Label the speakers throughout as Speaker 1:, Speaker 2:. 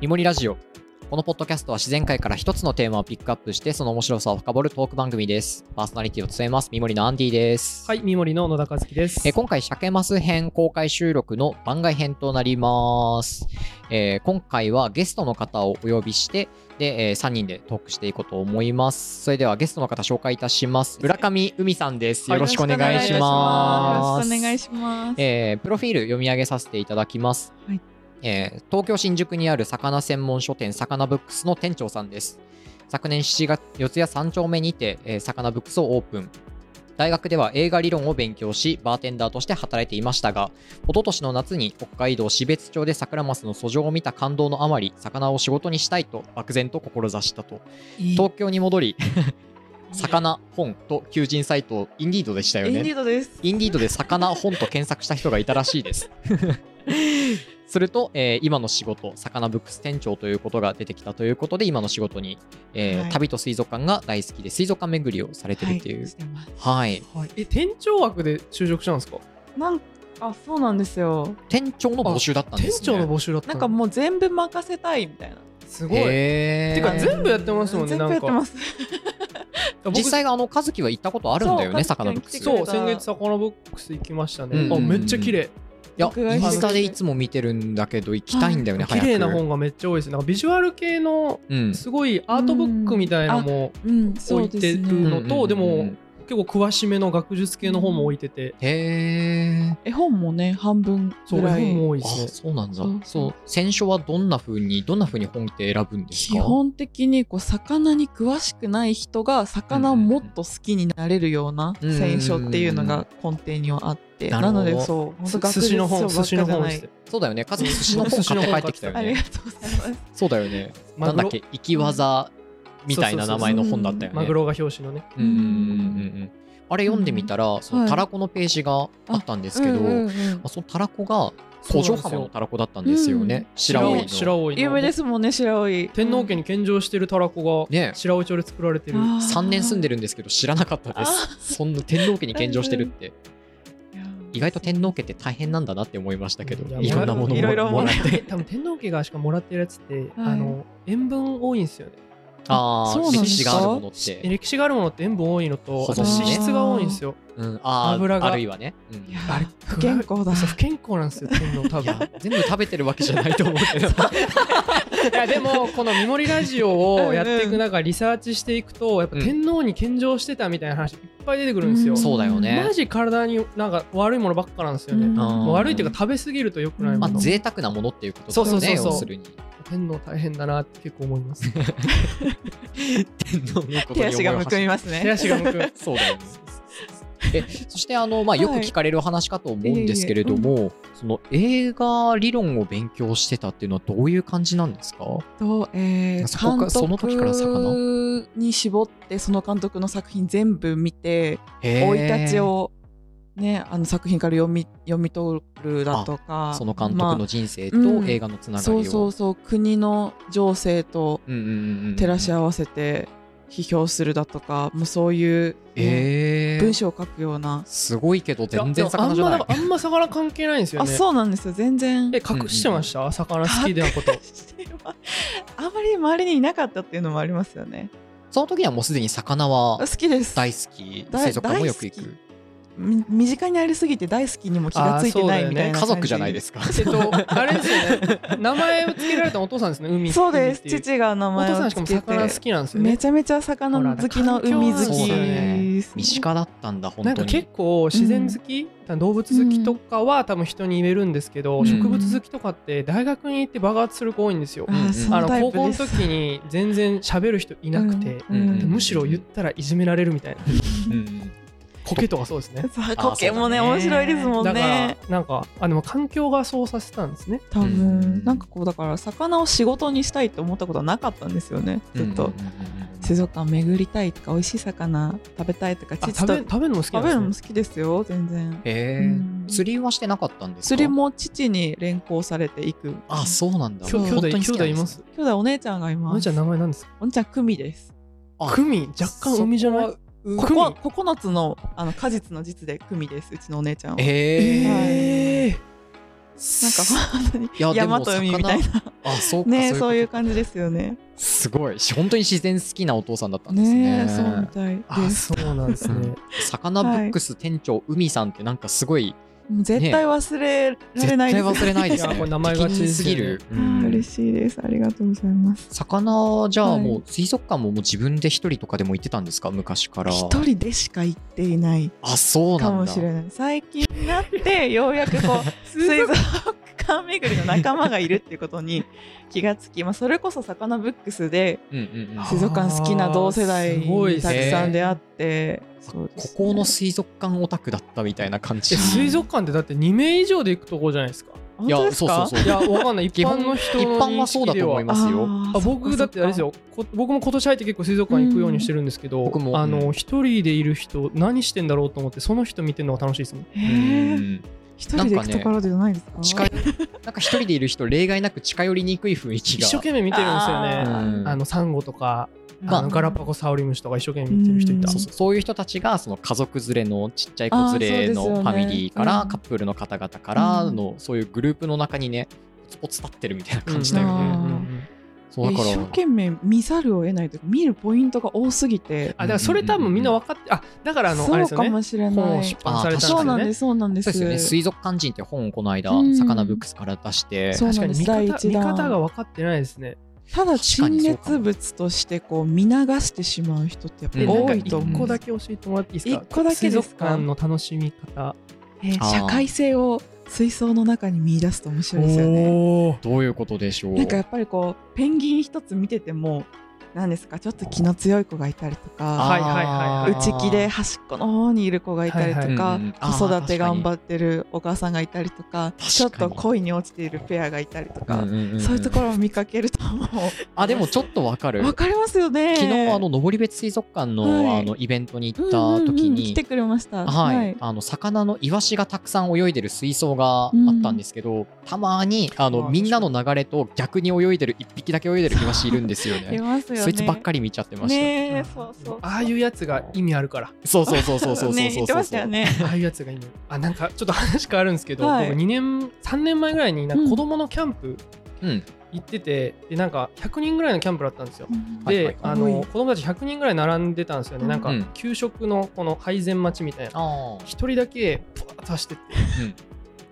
Speaker 1: イモリラジオ。このポッドキャストは自然界から一つのテーマをピックアップして、その面白さを深掘るトーク番組です。パーソナリティを務めます、ミモリのアンディです。
Speaker 2: はい、三森の野田和樹です。
Speaker 1: えー今回、鮭マス編公開収録の番外編となります。えー今回はゲストの方をお呼びして、で、え3人でトークしていこうと思います。それではゲストの方紹介いたします。浦上海さんです。よろしくお願いします。
Speaker 3: よろしくお願いします。
Speaker 1: えープロフィール読み上げさせていただきます、
Speaker 3: はい
Speaker 1: えー東京新宿にある魚専門書店魚ブックスの店長さんです昨年7月四谷3丁目にて、えー魚ブックスをオープン大学では映画理論を勉強しバーテンダーとして働いていましたが一昨年の夏に北海道標津町で桜マスの遡上を見た感動のあまり魚を仕事にしたいと漠然と志したと
Speaker 2: いい
Speaker 1: 東京に戻り 魚本と求人サイトインディードでしたよ
Speaker 3: イ
Speaker 1: ね
Speaker 3: ンディードです。
Speaker 1: インディードで魚本と検索した人がいたらしい です。すると、えー今の仕事、魚ブックス店長ということが出てきたということで、今の仕事に、えー
Speaker 3: はい
Speaker 1: 旅と水族館が大好きで、水族館巡りをされてるっていう。
Speaker 3: してます。
Speaker 1: はい、
Speaker 2: はいえ、店長枠で就職したんですか
Speaker 3: なんあそうなんですよ。
Speaker 1: 店長の募集だったんで
Speaker 2: 店
Speaker 1: す、ね。
Speaker 2: 長の募集だった
Speaker 3: な
Speaker 2: の
Speaker 3: んかもう全部任せたいみたいな。
Speaker 2: すごい。
Speaker 1: へー
Speaker 2: てか全部やってますもんね
Speaker 3: 全部やってます。
Speaker 2: 僕
Speaker 1: 実際、あの、和樹は行ったことあるんだよね、
Speaker 3: そう
Speaker 1: 魚ブックス。い
Speaker 3: 和樹
Speaker 2: そう、先月、サコナボックス行きました
Speaker 1: うん
Speaker 2: ね
Speaker 1: う。ん
Speaker 2: あ、
Speaker 1: うん
Speaker 2: めっちゃ綺麗。
Speaker 1: や、
Speaker 3: 僕が
Speaker 1: イ
Speaker 3: 行
Speaker 1: ン
Speaker 3: った
Speaker 1: スタでいつも見てるんだけど、行きたいんだよね、
Speaker 2: 綺
Speaker 1: 早く。
Speaker 2: 麗な本がめっちゃ多いです。なんかビジュアル系の、
Speaker 1: うん。
Speaker 2: すごいアートブックみたいなのも
Speaker 3: うん、そ
Speaker 2: 置
Speaker 3: う
Speaker 2: い
Speaker 3: で
Speaker 2: て
Speaker 3: す
Speaker 2: る
Speaker 3: ね。
Speaker 2: のと、で
Speaker 1: うんうんう
Speaker 2: も
Speaker 1: ん、
Speaker 2: 結構詳しめの学術系の本も置いてて、
Speaker 1: へー。
Speaker 3: 絵本もね半分
Speaker 2: そう、
Speaker 3: ぐら
Speaker 2: 本も
Speaker 3: い。
Speaker 2: 多いで
Speaker 1: あ、
Speaker 2: すね。
Speaker 1: そうなんだ
Speaker 3: そう。
Speaker 1: そう。選書はどんな風に、どんな風に本って選ぶんですか
Speaker 3: 基本的にこう魚に詳しくない人が魚をもっと好きになれるような
Speaker 1: うん
Speaker 3: 選書っていうのが根底にはあって、
Speaker 1: なる
Speaker 3: な
Speaker 1: ほど
Speaker 3: のでそう本当学
Speaker 2: 寿司の本、
Speaker 3: 術
Speaker 2: 寿
Speaker 3: 書ば
Speaker 2: 司の
Speaker 3: っかじゃ
Speaker 2: 本
Speaker 3: な
Speaker 2: で
Speaker 3: い
Speaker 2: すね。
Speaker 1: そうだよね。かつ寿司の本買って帰ってきたよ
Speaker 3: あり
Speaker 1: ね
Speaker 3: が。とうございます。
Speaker 1: そうだよね。な
Speaker 2: マ
Speaker 1: んだ
Speaker 2: グ
Speaker 1: っ
Speaker 2: ロ
Speaker 1: け生き技みたいな名前の本だったよね。
Speaker 2: マグロが表紙のね。
Speaker 1: うんうんうんうんうん。あれ読んでみたら、そのたらこのページがあったんですけど、
Speaker 3: うんうん
Speaker 1: ま
Speaker 3: うん
Speaker 1: あそのたらこが
Speaker 2: そ
Speaker 1: 古
Speaker 2: うな
Speaker 1: 城
Speaker 2: んですよ
Speaker 1: 浜のたらこだったんですよね。白老の。
Speaker 2: 白老白老の
Speaker 3: 有名ですもんね白老。
Speaker 2: 天皇家に献上してるたらこ
Speaker 1: ね
Speaker 2: が白老町で作られてる、
Speaker 1: 3年住んで
Speaker 3: で
Speaker 1: るんですけど知らなかったで
Speaker 3: あ
Speaker 1: す。そんな天皇家に献上してるって。意外と天皇家って大変なんだなって思いましたけど、
Speaker 2: や
Speaker 1: いろんなもの
Speaker 3: いろいろ
Speaker 1: ももらっ
Speaker 3: もら
Speaker 1: て。
Speaker 2: 多分天皇家がしかもらってるやつって、あの塩分多いんですよね
Speaker 1: あ
Speaker 3: そう
Speaker 1: あ、
Speaker 3: なんです
Speaker 1: 歴史
Speaker 3: か
Speaker 1: があるものって。
Speaker 2: 歴史があるものって塩分多いのと
Speaker 1: 保
Speaker 2: あ
Speaker 1: 存
Speaker 2: と
Speaker 1: ね
Speaker 2: 脂質が多いんですよ
Speaker 1: うん、あ
Speaker 2: 油
Speaker 1: あ、
Speaker 2: が
Speaker 1: あるいはね。うん
Speaker 3: いや
Speaker 2: あれ
Speaker 3: 不健康だ
Speaker 2: そう不健康なんですよ天 皇多
Speaker 1: い
Speaker 2: 分
Speaker 1: や全部食べてるわけじゃないと思うけ ど
Speaker 2: いやでもこの「みもりラジオ」をやっていく中リサーチしていくとやっぱ天皇に献上してたみたいな話いっぱい出てくるんですよ、
Speaker 3: うん
Speaker 1: そうだよね
Speaker 2: マジ体になんか悪いものばっかなんですよね、
Speaker 3: うん
Speaker 2: もう悪いっていうか食べ過ぎると良くない
Speaker 1: ま
Speaker 2: も
Speaker 1: あ
Speaker 2: の、
Speaker 1: 贅沢なものっていうことだよね
Speaker 2: そうそうそうそう
Speaker 1: 要する に
Speaker 2: 天皇大変だなって結構思います
Speaker 1: 天皇のことに思いを
Speaker 3: 手足がむくみ
Speaker 1: は
Speaker 3: ますね。
Speaker 2: 手足が向く
Speaker 1: しそうだよねえそしてあの、まあ、よく聞かれる話かと思うんですけれども、その映画理論を勉強してたっていうのはどういう感じなんですか
Speaker 3: と、え
Speaker 1: そこ
Speaker 3: ー、
Speaker 1: か
Speaker 3: 監
Speaker 1: その時から
Speaker 3: 督に絞ってその監督の作品全部見て
Speaker 1: へー
Speaker 3: 生い立ちを、ね、あの作品から読み読み取るだとか
Speaker 1: その監
Speaker 3: ま
Speaker 1: 督
Speaker 3: あ
Speaker 1: の人生
Speaker 3: まあ
Speaker 1: と
Speaker 3: うん
Speaker 1: 映画のつながりを、
Speaker 3: そうそうそう国の情勢と
Speaker 1: うんうんうんうん
Speaker 3: 照らし合わせて批評するだとかもうそういう、ね
Speaker 1: えー
Speaker 3: 文章を書くような、
Speaker 1: すごいけど全然魚じゃない
Speaker 2: やでもあんまだからあんま魚関係ないんですよ
Speaker 3: あ
Speaker 2: ね
Speaker 3: そうなんですよ全然
Speaker 2: え隠してました、魚好きでなこと
Speaker 3: しては あんまり周りにいなかったっていうのもありますよね
Speaker 1: その時にはもうすでに魚は
Speaker 3: 好きです
Speaker 1: 大好き
Speaker 3: 大
Speaker 1: 水族館もよく行
Speaker 3: 大好
Speaker 1: く
Speaker 3: み身近にありすぎて大好きにも気がついてないみたいな
Speaker 1: 家族じゃないですか
Speaker 2: えっと あれですよね名前を付けられたお父さんですね海
Speaker 3: そうです
Speaker 2: 海っていう
Speaker 3: 父が名
Speaker 2: お
Speaker 3: 前
Speaker 2: 父さ
Speaker 3: を
Speaker 2: んしか
Speaker 3: つ
Speaker 2: も
Speaker 3: け
Speaker 2: 魚
Speaker 3: て
Speaker 2: 好きなんですよね
Speaker 3: めちゃめちゃ魚好きの海好
Speaker 1: そう
Speaker 3: き
Speaker 1: だ
Speaker 3: で
Speaker 1: ね
Speaker 3: す
Speaker 1: 身近だったんだ本
Speaker 2: なん
Speaker 1: 当
Speaker 2: か
Speaker 1: に
Speaker 2: 結構自然好き、動物好きとかは多分人に言えるんですけど、
Speaker 1: うん
Speaker 2: 植物好きとかって大学に行って爆発する子多いんですよ
Speaker 3: あ、
Speaker 1: うん
Speaker 3: ーそ
Speaker 2: あの
Speaker 3: のタイ
Speaker 2: 高
Speaker 3: プ
Speaker 2: 校
Speaker 3: で
Speaker 2: の
Speaker 3: す
Speaker 2: 時に全然喋る人いなくて、
Speaker 3: うん
Speaker 1: うん
Speaker 2: でむしろ言ったらいじめられるみたいな
Speaker 1: うん
Speaker 2: コケとかそうですね
Speaker 3: そうコケもね
Speaker 1: そうだね
Speaker 3: 面白いですもん
Speaker 2: だから
Speaker 3: ね
Speaker 2: なんかあでも環境がそうさせたんですね
Speaker 3: 多
Speaker 1: うん
Speaker 3: 分なんかこうだから魚を仕事にしたいと思ったことはなかったんですよねずっ
Speaker 1: うん
Speaker 3: と
Speaker 1: うんうんうん
Speaker 3: 水族館巡りたいとか美味しい魚食べたいとか
Speaker 2: あ
Speaker 3: 父
Speaker 2: 食
Speaker 3: と
Speaker 2: べ食べるのも好きなんです
Speaker 3: 食べる
Speaker 2: ね
Speaker 3: のも好きですよ全然
Speaker 1: へ
Speaker 3: うん
Speaker 1: ー釣りはしてなかったんですか
Speaker 3: 釣りも父に連行されていく
Speaker 1: あそうなんだ
Speaker 2: きょ
Speaker 3: そう
Speaker 2: 兄
Speaker 1: 本
Speaker 2: 弟
Speaker 1: 当に
Speaker 2: 兄
Speaker 1: 好き
Speaker 2: 弟
Speaker 1: なん
Speaker 2: い
Speaker 1: ですね
Speaker 2: ます。
Speaker 3: 兄弟お姉ちゃんがい
Speaker 2: お
Speaker 3: ま
Speaker 2: 姉ち
Speaker 3: す
Speaker 2: ゃん名前なんですか。
Speaker 3: お姉ちゃん久美です
Speaker 1: あ
Speaker 2: クミ若干海じゃない。
Speaker 3: ここ9つのあの果実の実で久美ですうちのお姉ちゃんは
Speaker 1: え
Speaker 3: はい
Speaker 1: え
Speaker 2: え
Speaker 3: なんか本当に
Speaker 1: いやでも
Speaker 3: 山と海みたいな
Speaker 1: あそうか
Speaker 3: ね
Speaker 1: こ
Speaker 3: そう
Speaker 1: と
Speaker 3: いう感じですよね。
Speaker 1: すごい本当に自然好きなお父さんだったんですね
Speaker 3: ねそうみたい
Speaker 2: あ
Speaker 3: です。
Speaker 2: そうなんですね。
Speaker 1: サカナブックス店長海さんってなんかすごい
Speaker 3: もう絶対忘れら
Speaker 1: 絶
Speaker 3: れな
Speaker 1: 対
Speaker 3: いです。
Speaker 1: 忘れないです
Speaker 2: い
Speaker 1: ね
Speaker 2: やこれ名前が
Speaker 1: 適任すぎる、う
Speaker 3: あー
Speaker 1: ん
Speaker 3: 嬉しいです。ありがとうございます。
Speaker 1: 魚じゃあ
Speaker 3: はい
Speaker 1: もう水族館ももう自分で一人とかでも行ってたんですか昔から
Speaker 3: 一人でしか行っていない
Speaker 1: あそう
Speaker 3: か
Speaker 1: なん
Speaker 3: も
Speaker 1: だ
Speaker 3: しれない。最近になってようやくこう水族館巡りの仲間がいるっていうことに気がつき、まあそれこそサカナブックスで
Speaker 1: うんうんうん
Speaker 2: あー
Speaker 3: 水族館好きな同世代
Speaker 2: すごい
Speaker 3: に
Speaker 2: ね
Speaker 3: たくさん出会って、そうで
Speaker 1: こ
Speaker 3: すね
Speaker 1: この水族館オタクだったみたいな感じ
Speaker 2: え水族館ってだって2名以上で行くとこじゃないですか。
Speaker 3: 本
Speaker 1: いや
Speaker 3: 当ですか？
Speaker 1: そうそうそう
Speaker 2: いや、わかんない。一
Speaker 1: 基
Speaker 2: 般
Speaker 1: 本
Speaker 2: の人
Speaker 1: 一
Speaker 2: の
Speaker 1: 般はそうだと思い
Speaker 2: す。
Speaker 1: ますよ
Speaker 3: ー
Speaker 2: あ僕だってあれです。よこ僕も今年入って結構水族館行くようにしてるんですけど、
Speaker 1: ん僕も
Speaker 2: あ
Speaker 1: う
Speaker 2: の
Speaker 1: ん
Speaker 2: 一人でいる人何してんだろうと思ってその人見てるのが楽しいですもん
Speaker 3: そっかへ
Speaker 1: う
Speaker 3: ー
Speaker 1: ん
Speaker 3: 一人で行くところじゃないです
Speaker 1: 近
Speaker 3: か？
Speaker 1: いなんか一人でいる人例外なく近寄りにくい雰囲気
Speaker 2: 一
Speaker 1: が
Speaker 2: 生懸命見てるんですよ
Speaker 3: あ
Speaker 2: ね
Speaker 3: ー
Speaker 1: うん
Speaker 2: あのサンゴとか、
Speaker 1: ま
Speaker 2: あのガラパ
Speaker 3: ゴ
Speaker 2: ゴサオリムシとか一生懸命見てる人いた
Speaker 3: うん
Speaker 1: そうそうそういう人たちがその家族連れのちっちゃい子連れの
Speaker 3: あーそう
Speaker 1: フ
Speaker 3: ですよね
Speaker 1: ァミリーから
Speaker 3: うん
Speaker 1: カップルの方々から
Speaker 3: うん
Speaker 1: のそういうグループの中にねポツポツ立ってるみたいな感じ
Speaker 3: だ
Speaker 1: で、
Speaker 3: よね
Speaker 2: うんうんうんうん
Speaker 1: そうだから
Speaker 3: 一生懸命見ざるを得ないというか見るポイントが多すぎて、
Speaker 2: あだからそれ多分みんな分かってあだからあのあれです
Speaker 3: そう
Speaker 2: よ
Speaker 3: か
Speaker 2: ね
Speaker 3: もしれ
Speaker 2: 本
Speaker 3: な
Speaker 2: を
Speaker 3: い
Speaker 2: 出。版されたんです
Speaker 3: そう
Speaker 2: よ
Speaker 3: なんで
Speaker 2: ね
Speaker 3: す、そうなんで
Speaker 1: そう
Speaker 3: す。
Speaker 1: ですよね水族館人って本をこの間、
Speaker 3: うん
Speaker 1: サカナブックスから出して
Speaker 3: そうなんです
Speaker 2: 確かに見
Speaker 3: 第
Speaker 2: 方
Speaker 3: 一
Speaker 2: 見
Speaker 3: 弾
Speaker 2: 方が分かってないですね
Speaker 3: ただ
Speaker 1: 確か
Speaker 3: 陳
Speaker 1: にそうかも
Speaker 3: 列物としてこう見流してしまう人ってやっぱ
Speaker 1: う
Speaker 2: で
Speaker 1: ん
Speaker 2: なん
Speaker 3: 多
Speaker 2: か
Speaker 3: いと
Speaker 2: 一
Speaker 3: 思
Speaker 2: 個
Speaker 3: う。
Speaker 2: だけ教えてもらっていいですか
Speaker 3: 一個だけですか
Speaker 2: 水族館の楽しみ方
Speaker 3: えー
Speaker 1: あー
Speaker 3: 社会性を水槽の中に見出すと面白いですよね。
Speaker 2: おー
Speaker 1: どういうことでしょう
Speaker 3: なんかやっぱりこうペンギン一つ見てても何ですかちょっと気の強い子がいたりと
Speaker 1: あー
Speaker 3: か
Speaker 2: はいはいはいは
Speaker 3: 内気で端っこの方にいる子がいたりと
Speaker 1: はいは
Speaker 3: か
Speaker 1: いうんあー
Speaker 3: 子育て頑張ってるお母さんがいたりとか
Speaker 1: かに
Speaker 3: ちょっと恋に落ちているペアがいたりとか
Speaker 1: んんんん
Speaker 3: そういうところを見かけるとも
Speaker 1: あでもちょっとわか
Speaker 3: う
Speaker 1: る
Speaker 3: わ
Speaker 1: 昨
Speaker 3: かりますよね。
Speaker 1: 日あの登別水族館の,、
Speaker 3: はい
Speaker 1: あのイベントに
Speaker 3: う
Speaker 1: 行っ
Speaker 3: んうんうん
Speaker 1: た時に、
Speaker 3: 来てくれました。
Speaker 1: はい、あの魚のイワシがたくさん泳いでる水槽があったんですけど、たまにあ
Speaker 2: あ
Speaker 1: の
Speaker 2: ー
Speaker 1: みんなの流れと逆に泳いでる1匹だけ泳いでるイワシいるんですよ
Speaker 3: い
Speaker 1: ね。
Speaker 3: ますよね。
Speaker 1: そいつばっかり見ちゃってました。
Speaker 3: ねえそうそうそう。
Speaker 2: ああいうやつが意味あるから
Speaker 1: そうそうそうそうそうそうそうそう。
Speaker 3: ね言ってましたよね。
Speaker 2: ああいうやつがいいのよあなんかちょっと話変わるんですけど、
Speaker 3: はい
Speaker 2: 僕2年3年前ぐらいになんか子供のキャンプ
Speaker 1: うん。
Speaker 2: 行ってて、でなんか100人ぐらいのキャンプだったんですよ。で、
Speaker 1: はいはい
Speaker 2: あ
Speaker 3: 多
Speaker 2: の
Speaker 3: い
Speaker 2: 子供たち100人ぐらい並んでたんですよね、なんか
Speaker 1: うん
Speaker 2: 給食のこの配膳待ちみたいな、
Speaker 1: ああ
Speaker 2: 1。人だけぷわっと走ってって
Speaker 1: うん。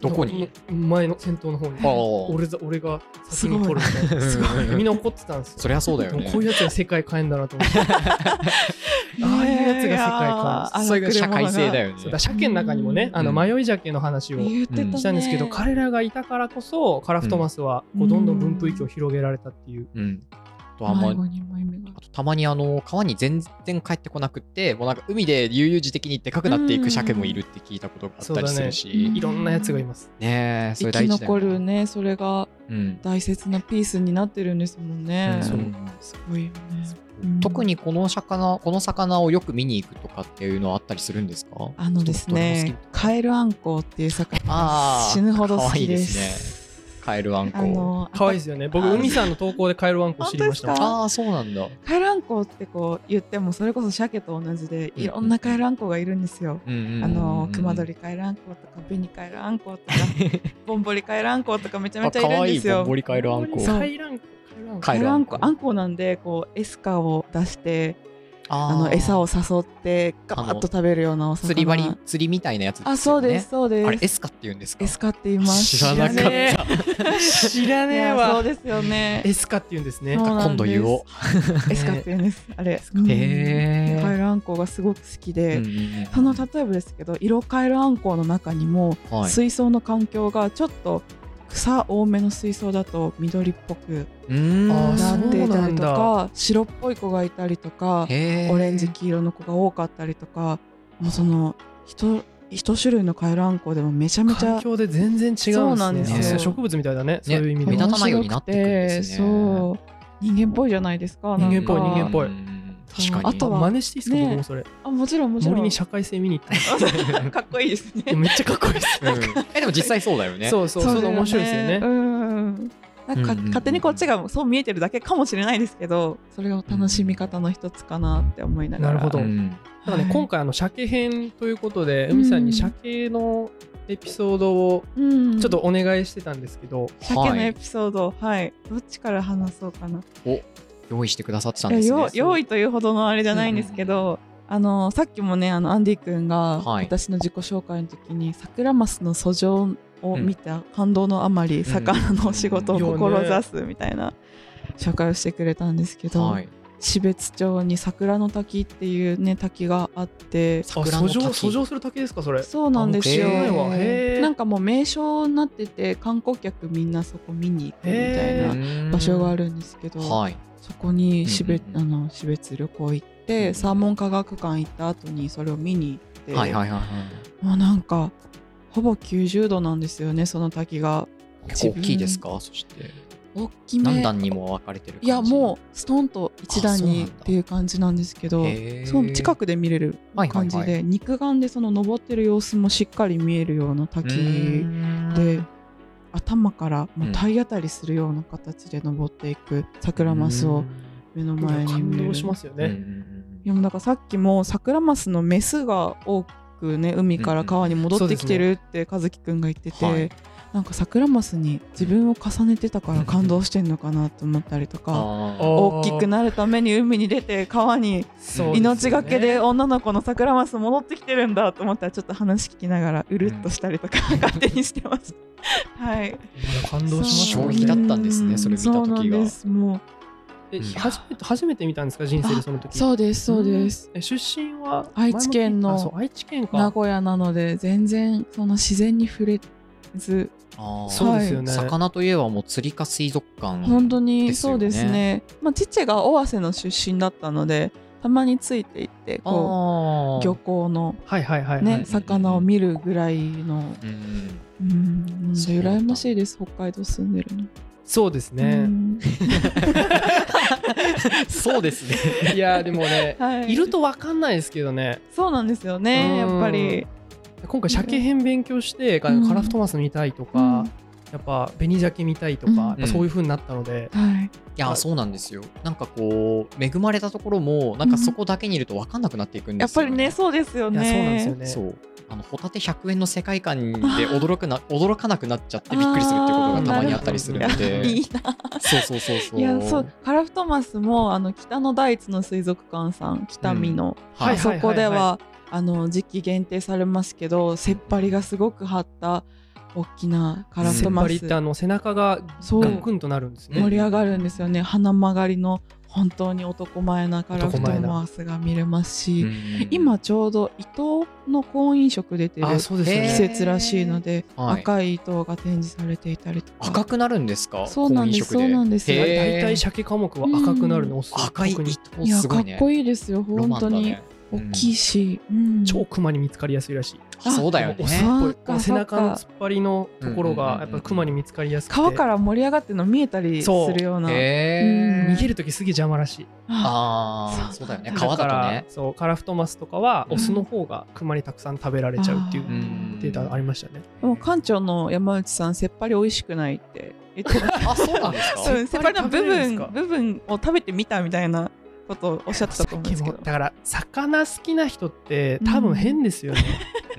Speaker 1: どこに
Speaker 2: の前の先頭の方に
Speaker 1: あー
Speaker 2: 俺ざ俺が先に取るみたいな
Speaker 1: すごい
Speaker 2: すごいみんな怒ってたんです よ
Speaker 1: そりゃそうだよ
Speaker 2: も
Speaker 1: ね
Speaker 2: うこ。ういうやつが世界変えんだなと思ってああいうやつが世界観
Speaker 3: あの
Speaker 1: そういう社会性だ
Speaker 3: 車
Speaker 1: よね
Speaker 2: そうだ。鮭の中にもね、あの
Speaker 1: うん
Speaker 2: 迷い鮭の話を
Speaker 3: が言ってたね、
Speaker 1: うん
Speaker 2: したんですけど、彼らがいたからこそカラフトマスはこうどんどん分布域を広げられたっていう、
Speaker 1: うん。あとあんま
Speaker 3: 迷子にも意味があ
Speaker 1: あとたまにあの川に全然帰ってこなくってもうなんか海で悠々自適にでかくなっていく鮭もいるって聞いたことがあったりする
Speaker 3: うん
Speaker 1: し
Speaker 2: いろんなやつがいます。
Speaker 1: ねえそ
Speaker 3: る
Speaker 1: れ
Speaker 3: 生
Speaker 1: 大
Speaker 3: き
Speaker 1: 事だ
Speaker 3: 残
Speaker 1: よ
Speaker 3: る
Speaker 1: ね。
Speaker 3: ねそれが
Speaker 1: うん
Speaker 3: 大切なピースになってるんですもんね、
Speaker 2: そう
Speaker 3: すごいよね
Speaker 1: うん特にこの魚この魚をよく見に行くとかっていうのはあったりするんですか
Speaker 3: あのですねカエルアンコウっていう魚
Speaker 1: あー
Speaker 3: 死ぬほど好
Speaker 1: 可愛い
Speaker 3: きで
Speaker 1: ですすカエルアンコ
Speaker 3: あの
Speaker 2: 可愛いですよね。僕
Speaker 3: あー
Speaker 2: 海さんの投稿でカエルワンコ知りましたもん。
Speaker 3: 本当です
Speaker 1: ああそ
Speaker 3: か
Speaker 1: うなんだ
Speaker 3: カエルアンコウってこう言ってもそれこそ鮭と同じで
Speaker 1: うん
Speaker 3: いろんなカエルアンコウがいるんですよ、
Speaker 1: あ
Speaker 3: あの熊取カエルアンコウとか紅カエルアンコウとか ボンボリカエルアンコウとかめちゃめちゃいるんです
Speaker 1: あ可愛い
Speaker 3: よ
Speaker 1: ボンボリカエルアンコ
Speaker 3: そう
Speaker 2: カエルアンコカエルアンコ
Speaker 1: カ
Speaker 3: カ
Speaker 1: エ
Speaker 3: エ
Speaker 1: ル
Speaker 3: ル
Speaker 1: ア
Speaker 3: ア
Speaker 1: ン
Speaker 3: ン
Speaker 1: コ
Speaker 3: コあんこなんでこうエスカを出してあの餌
Speaker 1: を
Speaker 3: を誘ってガバッと食べるようなお魚
Speaker 1: 釣り針釣りみたいなやつ
Speaker 3: あそうですそう
Speaker 1: あれ
Speaker 3: で
Speaker 1: エ
Speaker 3: す
Speaker 1: スカって言うんですか
Speaker 3: エスカって言います
Speaker 1: 知らなかった
Speaker 3: 知ね
Speaker 2: 知ら
Speaker 3: えい
Speaker 2: ねえ
Speaker 3: やそう
Speaker 2: わ。
Speaker 3: ですよね
Speaker 2: エスカって言うんですね
Speaker 3: そう。なんです
Speaker 1: 今度言おう
Speaker 3: エスカって言うんですあれ
Speaker 1: へ
Speaker 3: うんカエ
Speaker 1: え
Speaker 3: ルアンコウがすごく好きでそ
Speaker 1: そ
Speaker 3: の例えばですけど色カエルアンコウの中にも水槽の環境がちょっと草多めの水槽だと緑っぽく
Speaker 2: あ
Speaker 3: な
Speaker 2: ー
Speaker 3: っていたりと
Speaker 2: そうな
Speaker 3: か白っぽい子がいたりとか
Speaker 1: へー
Speaker 3: オレンジ黄色の子が多かったりとかもうその一一種類のカエルアンコウでもめちゃめち
Speaker 2: 環
Speaker 3: ゃ
Speaker 2: 境で全然違うんですね。
Speaker 3: そうなん
Speaker 1: ですよ
Speaker 2: あ植物みたいだね。そういう意味
Speaker 1: 目
Speaker 2: で
Speaker 1: 立
Speaker 2: は。
Speaker 1: たないようになってくんですね
Speaker 3: 面白くてそう人間っぽいじゃないですか
Speaker 2: 人間っぽい
Speaker 3: なんか
Speaker 2: 人間っぽい
Speaker 1: うん確か
Speaker 3: あ
Speaker 1: に
Speaker 3: とは
Speaker 2: 真似していいですか、
Speaker 3: ね
Speaker 2: 僕もそれ。
Speaker 3: あもちろんもちろん
Speaker 2: 森に社会性見に行った。い
Speaker 3: かっこいいです
Speaker 2: や
Speaker 3: ね
Speaker 2: めっちゃかっこいいです。
Speaker 1: うんえでも実際そうだよね
Speaker 2: そうそう、そ
Speaker 3: だ
Speaker 2: の面白いですよね
Speaker 3: う。んなんか
Speaker 1: うんうんうん
Speaker 3: 勝手にこっちがそう見えてるだけかもしれないですけどそれを楽しみ方の一つかなって思いながら
Speaker 2: なるほど
Speaker 1: うん
Speaker 2: だからね、今回あの鮭編ということで、海さんに鮭のエピソードを
Speaker 3: うん
Speaker 2: ちょっとお願いしてたんですけど、
Speaker 3: 鮭の
Speaker 1: は
Speaker 3: エ
Speaker 1: い
Speaker 3: ピソードはいどっちから話そうかな
Speaker 1: 用意してくださってたん
Speaker 3: いや
Speaker 1: です
Speaker 3: よ
Speaker 1: ね。
Speaker 3: 用意というほどのあれじゃないんですけど、あのさっきもねあのアンディ君が
Speaker 1: はい
Speaker 3: 私の自己紹介の時に「桜マスの訴状」を見た感動のあまり魚の仕事を志すみたいな紹介をしてくれたんですけど、
Speaker 1: はい。
Speaker 3: 標津町に桜の滝っていうね滝があって
Speaker 2: あ
Speaker 1: 桜の
Speaker 2: 訴状
Speaker 1: 滝
Speaker 2: 訴状する竹ですかそれ。
Speaker 3: そうなんですよ
Speaker 1: あへー知らない
Speaker 2: わへー
Speaker 3: なんかもう名所になってて観光客みんなそこ見に行くみた
Speaker 2: へ
Speaker 3: いな場所があるんですけど、
Speaker 1: はい。
Speaker 3: そこにしべ、
Speaker 1: うんうん
Speaker 3: あ
Speaker 1: う
Speaker 3: の標津旅行行っ
Speaker 1: うんう
Speaker 3: て、
Speaker 1: ん
Speaker 3: サーモン科学館行った後にそれを見に行って、
Speaker 1: はいはいはいはい。
Speaker 3: もうなんかほぼ90度なんですよねその滝が
Speaker 1: 結構大きいですかそして。
Speaker 3: 大きめ
Speaker 1: 何段にも分かれてる感じ。
Speaker 3: いやもうストンと一段にっていう感じなんですけど
Speaker 1: へー
Speaker 3: その近くで見れる
Speaker 1: はいはいは
Speaker 3: 感
Speaker 1: い
Speaker 3: じで、肉眼でその登ってる様子もしっかり見えるような
Speaker 1: う
Speaker 3: 滝
Speaker 1: ーん
Speaker 3: で頭からも
Speaker 1: う
Speaker 3: うん体当たりするような形で登っていく桜マスを目の前に
Speaker 2: 感
Speaker 3: 見える
Speaker 2: 動しますよ
Speaker 1: うんうん
Speaker 2: ね。
Speaker 3: いやもうだからさっきも桜マスのメスが多くね海から川に戻ってきてるって和樹くんが言ってて、
Speaker 1: はい
Speaker 3: なんか桜マスに自分を重ねてたから感動してんのかなと思ったりと
Speaker 1: うん
Speaker 3: か
Speaker 1: あー
Speaker 3: 大きく
Speaker 2: っ
Speaker 3: なるために海に出て川
Speaker 1: そう
Speaker 3: に
Speaker 1: ですよね
Speaker 3: 命がけで女の子の桜マス戻ってきてるんだと思ったらちょっと話聞きながらうるっとしたりと か勝手にしてました。はい、
Speaker 2: 感動し
Speaker 1: そう
Speaker 2: ま
Speaker 1: 衝
Speaker 2: す
Speaker 1: 撃
Speaker 2: よ
Speaker 1: だっ
Speaker 2: ね。
Speaker 1: たんですねそれ見た時が
Speaker 3: そうなんですもう
Speaker 2: え
Speaker 1: うん
Speaker 2: 初めて初めて見たんですか人生でその時。
Speaker 3: そうですそうです。
Speaker 2: え出身は
Speaker 3: 愛知県の
Speaker 2: あそう愛知県
Speaker 3: 名
Speaker 2: か。
Speaker 3: 古屋なので全然その自然に触れず
Speaker 1: あー
Speaker 2: そうですよね。
Speaker 1: 魚といえばもう釣りか水族館
Speaker 3: 本当に
Speaker 1: です
Speaker 3: そ
Speaker 1: よ
Speaker 3: う
Speaker 1: ね
Speaker 3: ですね。まあ父が尾鷲の出身だったのでたまについて行って
Speaker 1: あ
Speaker 3: こ
Speaker 1: ー
Speaker 3: う漁港の
Speaker 2: はいはいはいはい。
Speaker 3: ね魚を見るぐらいの
Speaker 1: うん
Speaker 3: うんなんで
Speaker 1: そうなんだ
Speaker 3: 羨ましいです北海道住んでるの。
Speaker 2: そうです
Speaker 3: う
Speaker 2: ね。
Speaker 3: ん。
Speaker 1: そうですね
Speaker 2: いやでもね
Speaker 3: はい
Speaker 2: いるとわかんないですけどね。
Speaker 3: そうなんですよね
Speaker 2: うん
Speaker 3: やっぱり。
Speaker 2: 今回鮭編勉強して、
Speaker 3: うん
Speaker 2: カラフトマス見たいとか、
Speaker 3: うん
Speaker 2: やっぱ紅鮭見たいと
Speaker 3: うん
Speaker 2: か、やっぱそういう風になったので、
Speaker 3: はい、
Speaker 1: いやそうなんですよなんかこう恵まれたところもなんかそこだけにいると分かんなくなっていくん
Speaker 3: や
Speaker 1: で
Speaker 3: っ
Speaker 1: す
Speaker 3: ぱ
Speaker 1: よ
Speaker 3: りねそうですよ
Speaker 2: いや
Speaker 3: ね。
Speaker 2: そうなんですよね。
Speaker 1: そうあのホタテ100円の世界観で驚くな驚かなくなっちゃってびっくりするってことがたまにあったりするの
Speaker 2: あーなるほ
Speaker 1: で
Speaker 2: ど
Speaker 3: いいな。
Speaker 1: そうそうそうそう
Speaker 3: いやそうカラフトマスもあの北の大津の水族館さん北見の、
Speaker 1: はい
Speaker 2: はい
Speaker 3: そこでは,、あの時期限定されますけどせっぱりがすごく張った大きなカラフ
Speaker 2: せ
Speaker 3: ト
Speaker 2: っぱ
Speaker 3: マ
Speaker 2: りっ
Speaker 3: ス
Speaker 2: てあの背中が
Speaker 3: そう
Speaker 2: ガクンとなるんですね。
Speaker 3: 盛り上がるんですよね鼻曲がりの本当に男前なカラフトマスが見れますし、
Speaker 1: うん
Speaker 3: 今ちょうど伊東の婚姻色出てる
Speaker 2: あ、そうですよ
Speaker 1: へ
Speaker 3: 季
Speaker 1: ー
Speaker 2: ね。
Speaker 3: 節らしいので、
Speaker 1: はい
Speaker 3: 赤い糸が展示されていたりとか
Speaker 1: 赤くなるんですか
Speaker 3: そうなんです
Speaker 1: 婚姻色
Speaker 3: そうなんです
Speaker 1: へー
Speaker 2: 大体鮭科目は赤くなるのおすすめ
Speaker 1: 赤い
Speaker 2: 特に
Speaker 1: 糸
Speaker 3: いや
Speaker 1: す
Speaker 3: か
Speaker 1: ご
Speaker 3: っ
Speaker 1: いね
Speaker 3: こいいですよ本当に、大き
Speaker 1: し、
Speaker 3: いし、うん
Speaker 2: 超クマに見つかりやすいらしい。
Speaker 1: うんそうだよね
Speaker 2: おすっぽい
Speaker 3: そっか
Speaker 2: この背中の突っ張りのところがやっぱクマに見つかりやすくて、
Speaker 3: 川から盛り上がってるの見えたりするような
Speaker 1: へー
Speaker 3: うん
Speaker 2: 逃げるときすげえ邪魔らしい。
Speaker 3: あ
Speaker 1: ああそ
Speaker 3: そ
Speaker 1: うう
Speaker 3: な
Speaker 1: だよ
Speaker 3: んだ
Speaker 1: ね川だと
Speaker 2: から
Speaker 1: ね
Speaker 2: そうカラフトマスとかは
Speaker 1: うん
Speaker 2: オスの方がクマにたくさん食べられちゃうっていう
Speaker 3: あー
Speaker 2: データありましたね。
Speaker 3: でも館長の山内さんせっぱり美味しくな いって言ってまし
Speaker 1: あそうなんですか
Speaker 3: たうんせっぱりの部
Speaker 2: せっぱり食べれるんです
Speaker 3: 分
Speaker 2: か
Speaker 3: 部分を食べてみたみたいなことをおっしゃってたと思うんですけ
Speaker 2: さっ
Speaker 3: ど
Speaker 2: きもだから魚好きな人って多分変ですよね。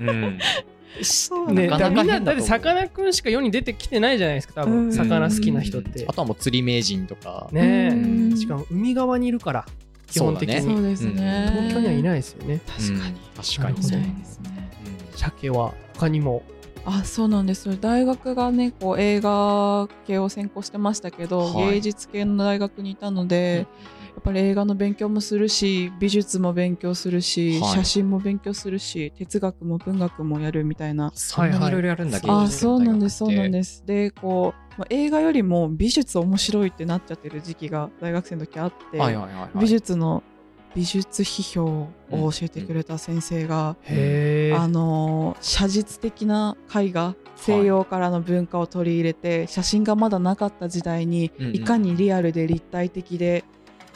Speaker 1: うん
Speaker 3: そう
Speaker 2: ね
Speaker 1: な
Speaker 2: だ
Speaker 1: か
Speaker 2: か
Speaker 1: なか
Speaker 2: らみんな
Speaker 1: 変だ
Speaker 2: だっ
Speaker 1: と思
Speaker 2: て
Speaker 1: う
Speaker 2: 魚くんしか世に出てきてないじゃないですか多
Speaker 3: う
Speaker 2: 分
Speaker 3: ん
Speaker 2: 魚好きな人って
Speaker 1: あ。とはもう釣り名人とか、
Speaker 2: ね
Speaker 1: うん
Speaker 2: えしかも海側にいるから基
Speaker 1: そう
Speaker 2: 本
Speaker 1: だ
Speaker 2: 的
Speaker 1: ね
Speaker 2: に、
Speaker 3: そうですね
Speaker 1: うん
Speaker 2: 東京にはいないですよね。
Speaker 3: 確かに、
Speaker 1: うん確かにね
Speaker 3: いないですね
Speaker 2: 鮭は他にも
Speaker 3: あそうなんですよ大学がねこう映画系を専攻してましたけど、
Speaker 1: はい
Speaker 3: 芸術系の大学にいたので、やっぱり映画の勉強もするし美術も勉強するし、
Speaker 1: はい
Speaker 3: 写真も勉強するし哲学も文学もやるみたいな
Speaker 1: そんなにいろいろやるんだけど、
Speaker 3: あそうなんですそうなん
Speaker 1: す
Speaker 3: ですでこうまあ映画よりも美術面白いってなっちゃってる時期が大学生の時あって、
Speaker 1: はいはいはい、はい、
Speaker 3: 美術の美術批評を教えてくれた先生が、
Speaker 2: へ
Speaker 3: あのー写実的な絵画西洋からの文化を取り入れて、写真がまだなかった時代に、
Speaker 1: うんうん
Speaker 3: いかにリアルで立体的で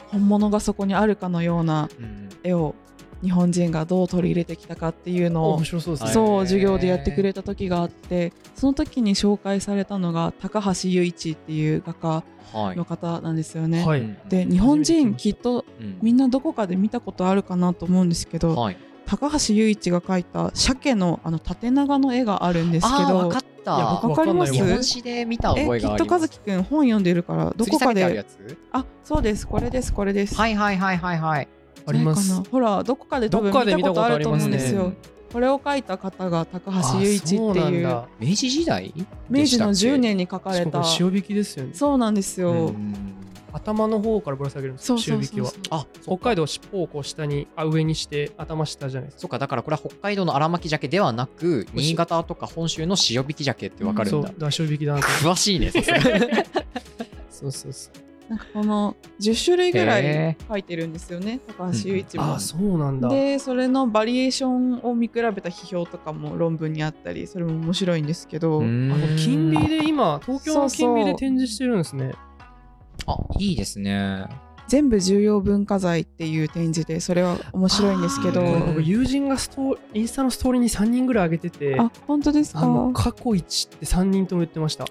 Speaker 3: 本物がそこにあるかのような
Speaker 1: うん
Speaker 3: 絵を日本人がどう取り入れてきたかっていうのを
Speaker 2: 面白そうですね。
Speaker 3: そ
Speaker 1: へ
Speaker 3: う
Speaker 1: ー
Speaker 3: 授業でやってくれた時があってその時に紹介されたのが高橋雄一っていう画家
Speaker 1: はい
Speaker 3: の方なんですよね。
Speaker 2: は
Speaker 1: う
Speaker 2: い
Speaker 1: ん
Speaker 3: で日本
Speaker 2: 初めて聞き
Speaker 3: 人
Speaker 2: ま
Speaker 3: き
Speaker 2: し
Speaker 3: っとみ
Speaker 1: なん
Speaker 3: などこかで見たことあるかなと思うんですけど、
Speaker 1: はい
Speaker 3: 高橋雄一が描いた鮭のあの縦長の絵があるんですけ
Speaker 1: あーわ
Speaker 3: ど
Speaker 1: かっ
Speaker 2: いや
Speaker 1: た
Speaker 2: 僕
Speaker 3: わかります
Speaker 1: 日本史で見た
Speaker 3: え
Speaker 1: 覚え
Speaker 3: き
Speaker 1: が
Speaker 3: っ
Speaker 1: あ
Speaker 3: と
Speaker 1: りま
Speaker 3: 和
Speaker 1: す
Speaker 3: 樹くん本読んでるからどこか
Speaker 1: 吊り下げてある
Speaker 3: で
Speaker 1: やつ
Speaker 3: あそうですこれですこれです
Speaker 1: はいはいはいはいはい
Speaker 2: ありま
Speaker 3: ないか
Speaker 2: す
Speaker 3: なほらどこかで多
Speaker 2: どっか
Speaker 3: 分
Speaker 2: で
Speaker 3: 見た
Speaker 2: 見た
Speaker 3: こ
Speaker 2: こと
Speaker 3: とあると思うん
Speaker 2: あり
Speaker 3: で
Speaker 2: ますすね
Speaker 3: よこれを描いた方が高橋雄一って
Speaker 2: あそうないん
Speaker 3: う
Speaker 2: だ
Speaker 1: 明治時代
Speaker 3: 明治の
Speaker 1: でしたっけ
Speaker 3: 10年に描か
Speaker 2: し
Speaker 3: れ
Speaker 2: かも
Speaker 3: た
Speaker 2: 塩引きですよね
Speaker 3: そうなんですよ、
Speaker 1: うん
Speaker 2: 頭の方からぶら下げるんです
Speaker 3: そ
Speaker 2: よ
Speaker 3: うそ
Speaker 2: 塩
Speaker 3: う
Speaker 2: 引
Speaker 3: そ
Speaker 2: き
Speaker 3: う
Speaker 2: は
Speaker 3: そう
Speaker 1: あ
Speaker 2: 北海道尻尾をこう下にあ上にして頭下じゃないですか
Speaker 1: そうかだからこれは北海道の荒巻鮭ではなく新潟とか本州の塩引き鮭ってわかる
Speaker 2: そ
Speaker 1: ん
Speaker 2: う
Speaker 1: だ
Speaker 2: だから塩引きだなと
Speaker 1: 詳しいねさすが
Speaker 2: そうそうそう
Speaker 3: なんかこの10種類ぐらい
Speaker 1: へ
Speaker 3: 書いてるんですよね、高橋雄一
Speaker 1: うん
Speaker 3: も
Speaker 2: あ。そうなんだ
Speaker 3: でそれのバリエーションを見比べた批評とかも論文にあったりそれも面白いんですけど、
Speaker 1: う
Speaker 2: あの
Speaker 1: ん
Speaker 2: 金美で今東京の金美で展示してるんですね
Speaker 1: あいいですね
Speaker 3: 全部重要文化財っていう展示でそれは面白いんですけど
Speaker 1: あー
Speaker 2: 僕友人がストーインスタのストーリーに3人ぐらい上げてて
Speaker 3: あ本当です
Speaker 2: あの過
Speaker 3: か
Speaker 2: 去一って3人とも言ってましたこ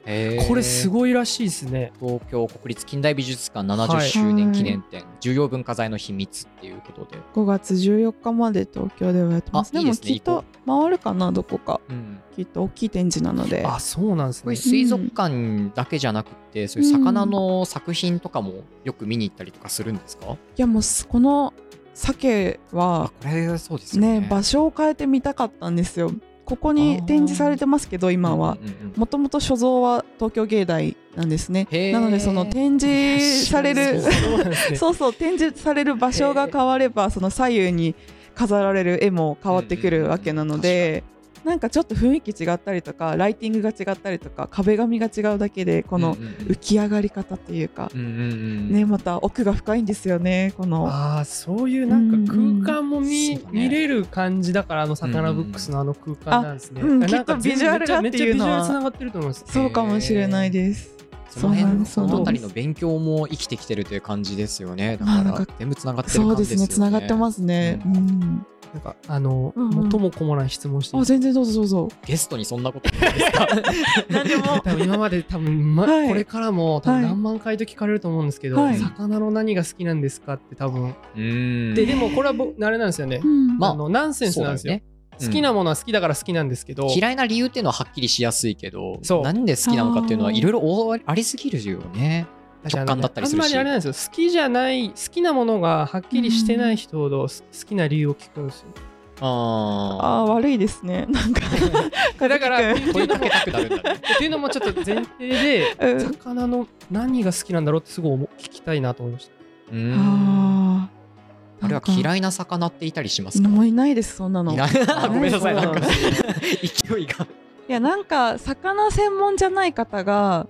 Speaker 1: こ
Speaker 2: れすごいらしいですね
Speaker 1: 東京国立近代美術館70
Speaker 2: はい
Speaker 1: 周年記念展、重要文化財の秘密っていうことで、
Speaker 3: 5月14日まで東京ではやってます
Speaker 1: あ
Speaker 3: で
Speaker 1: いいで
Speaker 3: も
Speaker 1: すね
Speaker 3: きっと回るかなどこか
Speaker 1: うん、
Speaker 3: きっと大きい展示なので
Speaker 2: あそうなんです
Speaker 1: これ
Speaker 2: ね
Speaker 1: 水族館だけじゃなくて、そういう魚の作品とかもよく見に行ったりとかするんですか、
Speaker 3: いやもうすこの鮭
Speaker 1: あ
Speaker 3: は
Speaker 1: これそうですよね
Speaker 3: ね場所を変えてみたかったんですよここに展示されてますけど今は
Speaker 1: うんうんうん
Speaker 3: もともと所蔵は東京芸大なんですね
Speaker 1: へー
Speaker 3: なのでその展示される
Speaker 2: そうそうなんですね
Speaker 3: そうそう展示される場所が変わればその左右に飾られる絵も変わってくるわけなので、なんかちょっと雰囲気違ったりとかライティングが違ったりとか壁紙が違うだけでこの
Speaker 1: うんうん
Speaker 3: 浮き上がり方というか
Speaker 1: う、んうんうん
Speaker 3: ねまた奥が深いんですよねこの
Speaker 2: あーそういうなんか空間も
Speaker 1: うんう
Speaker 2: 見,、
Speaker 1: んそうだね
Speaker 2: 見れる感じだからあのサカナブックスのあの空間なんですね。
Speaker 3: うんあうん
Speaker 2: なか
Speaker 3: きっとビジュアルがっ
Speaker 2: め
Speaker 3: ていうのは
Speaker 2: っちゃビジュアルつながってると思います。
Speaker 3: そうかもしれないです。
Speaker 1: その辺
Speaker 3: そ
Speaker 1: そう
Speaker 3: なんです
Speaker 1: の辺りの勉強も生きてきてるという感じですよねだ
Speaker 3: まあ
Speaker 1: か
Speaker 3: なん
Speaker 1: ら
Speaker 3: か
Speaker 1: 全部つながってる
Speaker 3: そ
Speaker 1: 感
Speaker 3: う
Speaker 1: じ
Speaker 3: で
Speaker 1: ですす
Speaker 3: ね
Speaker 1: よね
Speaker 3: つながってますね。
Speaker 1: う
Speaker 3: うん
Speaker 2: なんかあの、
Speaker 3: うんうん
Speaker 2: 元も子もない質問していい
Speaker 3: あ
Speaker 2: ですか
Speaker 3: 全然どうぞどうぞ。
Speaker 1: ゲストにそんなことないですか
Speaker 3: 何で も
Speaker 2: 多分今まで多分、ま
Speaker 3: はい
Speaker 2: これからも多
Speaker 3: は
Speaker 2: 分
Speaker 3: い
Speaker 2: 何万回と聞かれると思うんですけど、
Speaker 3: はい
Speaker 2: 魚の何が好きなんですかって多分、
Speaker 1: うん
Speaker 2: ででもこれは僕あれなんですよね、
Speaker 3: うん
Speaker 1: まあ
Speaker 2: あのナンセンスなんですよ
Speaker 1: そうだよね
Speaker 2: 好きなものは好きだから好きなんですけど、
Speaker 1: 嫌いな理由っていうのははっきりしやすいけど
Speaker 2: そう
Speaker 1: なんで好きなのかっていうのはいろいろありすぎるよね
Speaker 2: 私
Speaker 1: 直感だったりするし
Speaker 2: あんまりあれなんですよ好きじゃない好きなものがはっきりしてない人ほどす好きな理由を聞くんですよ
Speaker 1: あ
Speaker 3: あー悪いですねな んか
Speaker 2: だからっ
Speaker 3: 片
Speaker 2: て
Speaker 3: 桐
Speaker 2: い
Speaker 1: ー声
Speaker 2: うの
Speaker 1: か
Speaker 2: も
Speaker 1: けたくなるんだね
Speaker 2: っていうのもちょっと前提で
Speaker 3: 君うん
Speaker 2: 魚の何が好きなんだろうってすごい思う聞きたいなと思いました
Speaker 1: うん
Speaker 3: あー
Speaker 1: あれは
Speaker 3: なんか
Speaker 1: 嫌いな魚っていたりしますか
Speaker 3: もういないですそんなの
Speaker 1: いないあごめんなさい
Speaker 2: そう
Speaker 1: なん
Speaker 2: なん
Speaker 1: か
Speaker 2: です
Speaker 1: 勢いが
Speaker 3: いやなんか魚専門じゃない方が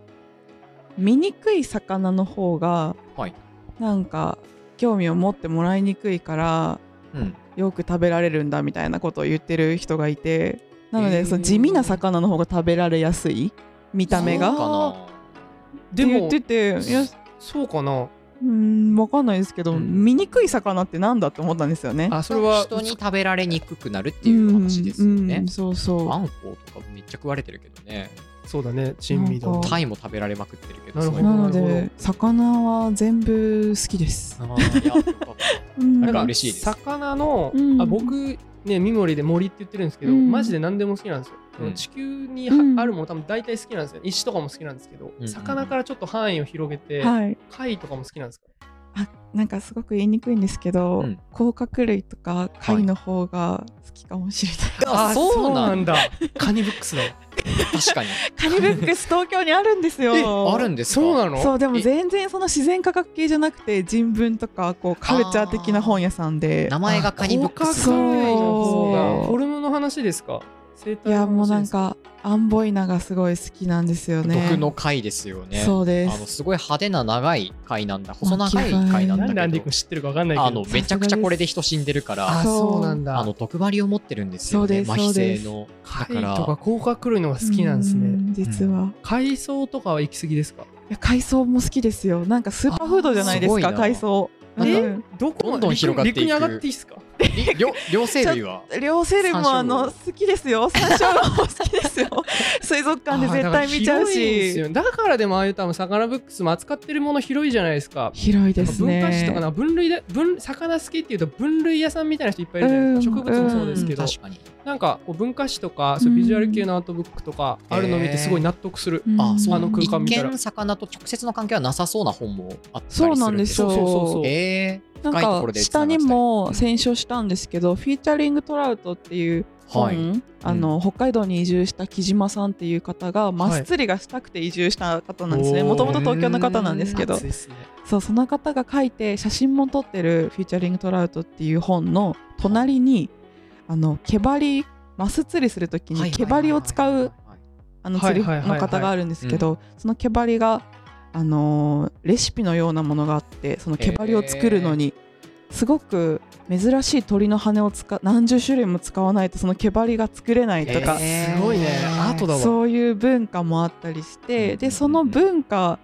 Speaker 3: 醜い魚の方が
Speaker 1: はい
Speaker 3: なんか興味を持ってもらいにくいから
Speaker 1: うん
Speaker 3: よく食べられるんだみたいなことを言ってる人がいてなの
Speaker 2: へ
Speaker 3: で
Speaker 2: ー
Speaker 3: その地味な魚の方が食べられやすい見た目が
Speaker 1: そう
Speaker 3: っ
Speaker 1: かな
Speaker 2: で
Speaker 3: て言
Speaker 2: も
Speaker 3: ってていやう
Speaker 2: そうかな
Speaker 3: ーん分かんないですけど、
Speaker 1: うん
Speaker 3: 醜い魚ってなんだって思ったんですよね。
Speaker 2: あそれは
Speaker 1: 人に食べられにくくなるっていう話ですよ
Speaker 3: うんう
Speaker 1: ね
Speaker 3: ん、そうそう
Speaker 1: あんことかめっちゃ食われてるけどね
Speaker 2: そうだね珍味だ
Speaker 3: なんか
Speaker 1: タイも食べられまくってるけど
Speaker 2: なるほど
Speaker 1: そ
Speaker 3: な
Speaker 1: ういう
Speaker 3: の
Speaker 2: なる
Speaker 3: で
Speaker 2: ほど
Speaker 3: 魚は全部好きです。
Speaker 1: あーいやよかった
Speaker 3: う
Speaker 1: なん
Speaker 3: ん
Speaker 2: な
Speaker 1: か
Speaker 2: んか
Speaker 1: 嬉しいです
Speaker 2: 魚の、
Speaker 3: うん
Speaker 2: あ僕ね三森で森って言ってるんですけど、
Speaker 3: うん
Speaker 2: マジで何でも好きなんですよ、
Speaker 1: うん
Speaker 2: 地球には
Speaker 3: うん
Speaker 2: あるもの多分大体好きなんですよ石とかも好きなんですけど、
Speaker 1: うん
Speaker 2: 魚からちょっと範囲を広げて、
Speaker 3: はい、
Speaker 2: 貝とかも好きなんですか
Speaker 3: なんかすごく言いにくいんですけど、
Speaker 1: うん
Speaker 3: 甲殻類とか貝の方が好きかもしれない、
Speaker 1: あそうなん
Speaker 2: んだカニブックスだ
Speaker 1: 確かに
Speaker 3: カニブックス東京にあるんですよ
Speaker 1: あるんですか
Speaker 2: そうなの
Speaker 3: そうでも
Speaker 1: え
Speaker 3: 全然その自然科学系じゃなくて人文とかこうカルチャー的な本屋さんで
Speaker 1: 名前がカニブックス
Speaker 3: そ
Speaker 1: な
Speaker 3: うん
Speaker 1: だ
Speaker 2: そうフォルムの話ですか生
Speaker 3: い
Speaker 2: 態の話です
Speaker 3: やもうなんかアンボイナがすごい好きなんですよね
Speaker 1: 毒の貝ですよね
Speaker 3: そう
Speaker 1: あ
Speaker 3: で
Speaker 1: の
Speaker 3: す
Speaker 1: すごい派手な長い貝なんだ細長い
Speaker 3: 巻き貝
Speaker 1: 貝な
Speaker 2: なん
Speaker 1: ん
Speaker 2: でア
Speaker 1: だ
Speaker 2: ンデ
Speaker 1: け
Speaker 2: ィ
Speaker 1: ど
Speaker 2: 君知ってるか分かんない
Speaker 1: あ
Speaker 2: け
Speaker 1: の
Speaker 2: ど
Speaker 1: めちゃくちゃこれで人死んでるから
Speaker 2: あそうなんだ
Speaker 1: あの毒針を持ってるんですよ
Speaker 3: そう
Speaker 1: ね
Speaker 3: です
Speaker 1: 麻痺性のだ
Speaker 2: 貝
Speaker 1: か
Speaker 2: とから甲殻類のが好きなんです
Speaker 3: う
Speaker 2: ね
Speaker 3: ん実は、い
Speaker 2: 海藻とかは行き過ぎですか
Speaker 3: や海藻も好きですよなんかスーパーフードじゃないです
Speaker 1: あ
Speaker 3: か
Speaker 1: すごいな
Speaker 3: 海藻
Speaker 2: え
Speaker 3: うん
Speaker 2: どこま
Speaker 1: どんどん広がっていく
Speaker 2: 陸に上がっていいですか
Speaker 1: り両両生類は
Speaker 3: 両セルもあ
Speaker 1: 山
Speaker 3: の
Speaker 1: 椒
Speaker 3: 好きですよ山椒が好きですよ水族館で絶対見ちゃう
Speaker 2: あーだから広いんです
Speaker 3: し
Speaker 2: よだからでもああいう多分サカナブックスも扱ってるもの広いじゃないですか
Speaker 3: 広いですね
Speaker 2: 文化史とかな分類だ分魚好きっていうと分類屋さんみたいな人いっぱいいるじゃないですか
Speaker 3: うん
Speaker 2: 植物もそうですけど、
Speaker 1: うん確かに
Speaker 2: なんかこう文化史とかそういうビジュアル系のアートブックとかあるの見てすごい納得する、
Speaker 3: うん
Speaker 1: あそう
Speaker 2: あの空
Speaker 1: 一
Speaker 2: 間見たら
Speaker 1: 見魚と直接の関係はなさそうな本もあったりする
Speaker 3: そうなんですよ
Speaker 2: そうそうそうそう
Speaker 1: え
Speaker 3: なん
Speaker 1: 深いところ
Speaker 3: か
Speaker 1: で
Speaker 3: 下に
Speaker 1: う
Speaker 3: も
Speaker 1: ん
Speaker 3: 選書したんですけどフィーチャリングトラウトっていう
Speaker 1: ー、はい、
Speaker 3: 本あの北海道に移住した木島さんっていう方がマス釣りがしたくて移住した方なんですね
Speaker 2: おー
Speaker 3: もともと東京の方なんですけど
Speaker 2: 熱いっすね
Speaker 3: そうその方が書いて写真も撮ってるフィーチャリングトラウトっていう本の隣にあの毛針マス釣りするときに毛針を使うあの釣り
Speaker 2: はいはいはい
Speaker 3: の
Speaker 2: はい
Speaker 3: 方があるんですけどその毛針が、あのーレシピのようなものがあってその毛針を作るのに、すごく珍しい鳥の羽を使何十種類も使わないとその毛針が作れないとか、
Speaker 1: えー
Speaker 2: すごいねアートだわ
Speaker 3: そういう文化もあったりし
Speaker 1: うんうんう
Speaker 3: て
Speaker 1: ん
Speaker 3: でその文化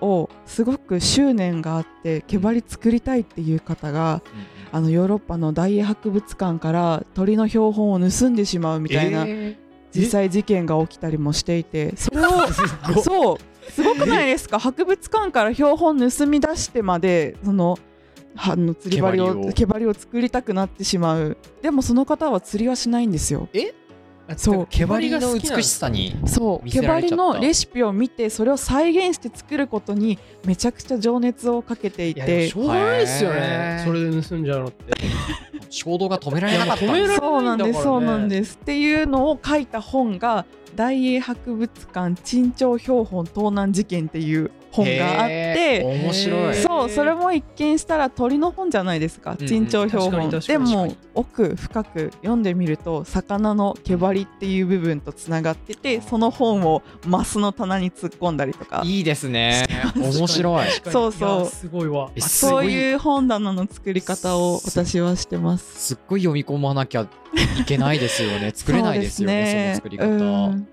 Speaker 3: をすごく執念があって毛針作りたいっていう方があのヨーロッパの大英博物館から鳥の標本を盗んでしまうみたいな
Speaker 2: え
Speaker 3: 実際事件が起きたりもして いてそれを
Speaker 2: ーすごい
Speaker 3: そうすごくないですか 博物館から標本盗み出してまでそのはあの釣り針
Speaker 1: 毛針
Speaker 3: を
Speaker 1: を
Speaker 3: 毛針を作りたくなってしまうでもその方は釣りはしないんですよそう
Speaker 1: 毛針の美しさに
Speaker 3: そう
Speaker 1: 見
Speaker 3: 毛
Speaker 1: せられちゃっ
Speaker 3: 針
Speaker 1: た
Speaker 3: のレシピを見てそれを再現して作ることにめちゃくちゃ情熱をかけてい
Speaker 2: いやでも
Speaker 3: て
Speaker 2: しょうがないですよ
Speaker 1: へ
Speaker 2: ね
Speaker 1: ー
Speaker 2: それで盗んじゃうのって
Speaker 1: 衝動が止められなかったん
Speaker 2: いやも
Speaker 1: です
Speaker 2: う
Speaker 3: そうなんです、そうなん
Speaker 2: ね
Speaker 3: ですっていうのを書いた本が大英博物館珍重標本盗難事件っていう本があっ
Speaker 1: へー
Speaker 3: て
Speaker 1: 面白い
Speaker 2: ー
Speaker 3: そうそれも一見したら鳥の本じゃないですか
Speaker 1: うん
Speaker 3: 珍重標本、
Speaker 2: 確かに確か
Speaker 3: で
Speaker 2: に
Speaker 3: も奥深く読んでみると魚の毛針っていう部分とつながっててその本をマスの棚に突っ込んだりとか
Speaker 1: いいですね面白い
Speaker 2: 確かに
Speaker 3: そうそう
Speaker 2: やすごいわ
Speaker 1: えす
Speaker 3: そ
Speaker 1: ご
Speaker 3: ういう本棚の作り方を私はしてます。
Speaker 1: すっごい読み込まなきゃいけないですよ ね作れないですよねそ
Speaker 3: そうで
Speaker 1: の
Speaker 3: す
Speaker 1: 作り方、
Speaker 3: うん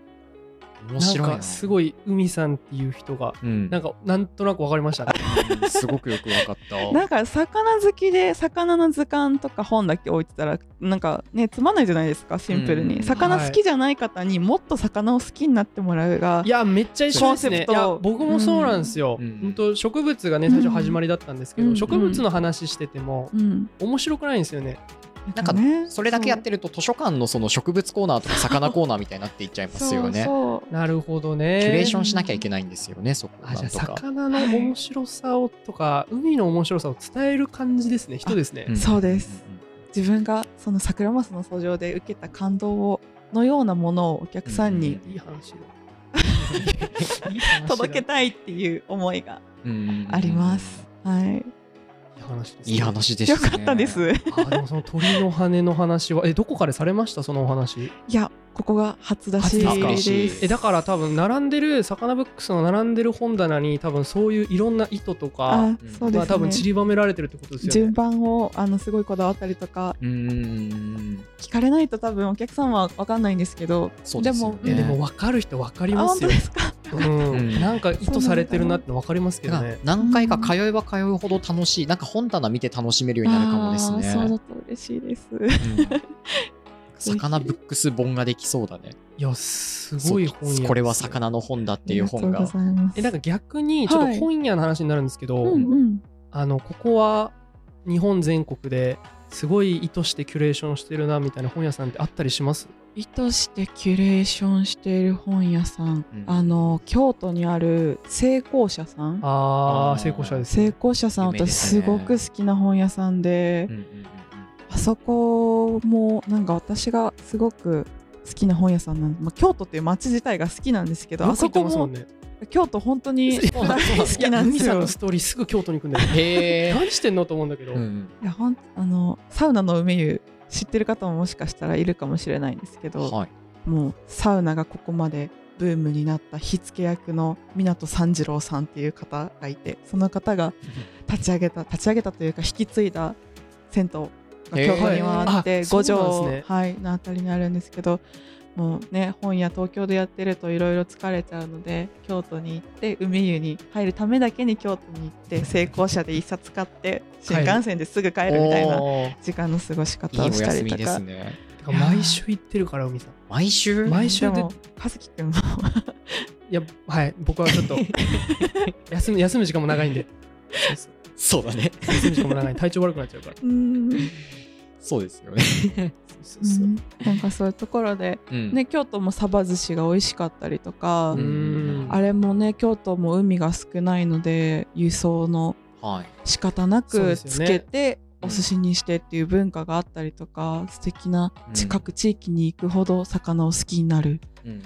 Speaker 1: 面白い
Speaker 2: なん
Speaker 1: な
Speaker 2: かすごい海さんっていう人が
Speaker 1: うん
Speaker 2: なんかなんとなくわかりました ね
Speaker 1: うんすごくよくわかった
Speaker 3: なんか魚好きで魚の図鑑とか本だけ置いてたらなんかねつまんないじゃないですかシンプル
Speaker 1: うん
Speaker 3: に魚好きじゃない方にもっと魚を好きになってもらうが
Speaker 2: いやめっちゃ一緒ですねい
Speaker 3: コンセプト
Speaker 2: や僕もそうなんですよ、
Speaker 1: うん
Speaker 2: 本当植物がね最初始まりだったんですけど、
Speaker 3: うん
Speaker 2: 植物の話してても
Speaker 3: うん
Speaker 2: 面白くないんですよね、
Speaker 1: なんか
Speaker 3: ね
Speaker 1: それだけやってると図書館のその植物コーナーとか魚コーナーみたいになっていっちゃいますよね
Speaker 3: そうそう
Speaker 2: なるほど
Speaker 1: キュレー
Speaker 2: ね
Speaker 1: ションしなきゃいけないんですよねそこ
Speaker 2: あじ
Speaker 1: な
Speaker 2: ゃあ
Speaker 1: んとか
Speaker 2: 魚の面白さをとか海の面白さを伝える感じですね人ですね
Speaker 1: ん
Speaker 3: そうです自分がその桜マスの訴状で受けた感動をのようなものをお客さん
Speaker 1: うん
Speaker 3: に
Speaker 2: いい話だいい話だ
Speaker 3: 届けたいっていう思いが
Speaker 1: うんうんうんうん
Speaker 3: あります。は
Speaker 2: いい
Speaker 3: い、
Speaker 2: 話ですね
Speaker 1: いい話でした
Speaker 3: よ
Speaker 1: ね
Speaker 3: かったです。
Speaker 2: あでもその鳥の羽の話はえどこかでされましたそのお話
Speaker 3: いや、ここが初出し
Speaker 1: 初出
Speaker 3: で
Speaker 1: し
Speaker 3: す。
Speaker 2: えだから多分並んでるサカナブックスの並んでる本棚に多分そういういろんな糸とか
Speaker 3: あ、そう
Speaker 2: ま
Speaker 3: で
Speaker 2: あ
Speaker 3: す
Speaker 2: 多分
Speaker 3: ね。
Speaker 2: 散りばめられてるってことですよ
Speaker 3: 順
Speaker 2: ね。
Speaker 3: 番をあのすごいこだわったりとか
Speaker 1: うんうんうん
Speaker 3: 聞かれないと多分お客さんは分かんないんですけど
Speaker 1: そうですよね
Speaker 3: 順番
Speaker 2: でも分かる人分かり
Speaker 3: あ
Speaker 2: ま
Speaker 3: 本
Speaker 2: す
Speaker 3: 当
Speaker 2: よ
Speaker 3: で。すか
Speaker 2: うん
Speaker 1: うん
Speaker 2: なんか意図されてるなって分かりますけど
Speaker 1: が
Speaker 2: ね。
Speaker 1: 何回か通えば通うほど楽しい、なんか本棚見て楽しめるようになるかもです
Speaker 3: あーそう
Speaker 1: ね
Speaker 3: だ。と嬉しいです
Speaker 1: うん魚ブックス本ができそうだね。
Speaker 2: いやすごい
Speaker 1: そう
Speaker 2: 本屋。
Speaker 1: これは。魚の本だっていう本
Speaker 3: あ
Speaker 1: が
Speaker 3: りとうございます
Speaker 2: えなんか逆にちょっ
Speaker 3: は
Speaker 2: と
Speaker 3: い
Speaker 2: 本屋の話になるんですけど、
Speaker 3: うんうん
Speaker 2: あのここは日本全国ですごい意図してキュレーションしてるなみたいな本屋さんってあったりします？
Speaker 3: 意図してキュレーションしている本屋さん、
Speaker 1: うん
Speaker 3: あの京都にある成功者さん
Speaker 2: あ
Speaker 1: あー
Speaker 2: あ成功者ですね。
Speaker 3: 成功者さん
Speaker 1: 有名で
Speaker 3: 私
Speaker 1: すね
Speaker 3: すごく好きな本屋さんで、
Speaker 1: うんうんうんうん
Speaker 3: あそこもなんか私がすごく好きな本屋さんなんで、まあ、京都っていう街自体が好きなんですけどあそこも
Speaker 2: ね、
Speaker 3: 京都本当に
Speaker 1: そうなんです
Speaker 3: 大好きなんです
Speaker 2: いや海さ
Speaker 3: よ
Speaker 2: の。ストーリーすぐ京都に行くんだよ。
Speaker 1: へー
Speaker 2: 何してんのと思うんだけど、
Speaker 1: うんうん
Speaker 3: いやほんあのサウナの梅湯知ってる方ももしかしたらいるかもしれないんですけど、
Speaker 1: はい。
Speaker 3: もうサウナがここまでブームになった火付け役の湊三次郎さんっていう方がいてその方 が立ち上げた立ち上げたというか引き継いだ銭湯が京都にはあって
Speaker 2: へーあ
Speaker 3: 五
Speaker 2: そうなん
Speaker 3: 条、
Speaker 2: ですね
Speaker 3: はいのあたりにあるんですけどもうね本屋東京でやってるといろいろ疲れちゃうので京都に行って梅湯に入るためだけに京都に行って成功者で一冊買って
Speaker 2: 帰る
Speaker 3: 新幹線ですぐ帰るみたいな
Speaker 1: おー
Speaker 3: 時間の過ごし
Speaker 1: い
Speaker 3: 方
Speaker 1: い
Speaker 3: を
Speaker 1: お
Speaker 3: した
Speaker 1: 休
Speaker 3: り
Speaker 1: み
Speaker 3: と
Speaker 1: です
Speaker 3: か。
Speaker 1: ね。
Speaker 2: てか毎週行ってるから海さん
Speaker 1: 毎週
Speaker 2: 毎週
Speaker 3: で
Speaker 2: で
Speaker 3: も和樹くんも
Speaker 2: いやはい僕はちょっ と休む休む時間も長いんで
Speaker 1: そうだ ね。
Speaker 2: 休む時間も長いんで体調悪くなっちゃうから
Speaker 3: うん
Speaker 1: そうです よね。
Speaker 2: そうそうそう
Speaker 3: なんかそういうところで、
Speaker 1: うん
Speaker 3: ね、京都もサバ寿司が美味しかったりとか、
Speaker 1: うん
Speaker 3: あれもね京都も海が少ないので輸送の
Speaker 1: はい。
Speaker 3: 仕方な
Speaker 2: そうで
Speaker 3: く
Speaker 2: すよね
Speaker 3: つけてお寿司にしてっていう文化があったりとか素敵な
Speaker 1: うん
Speaker 3: 近く地域に行くほど魚を好きになる、
Speaker 1: うんうんうん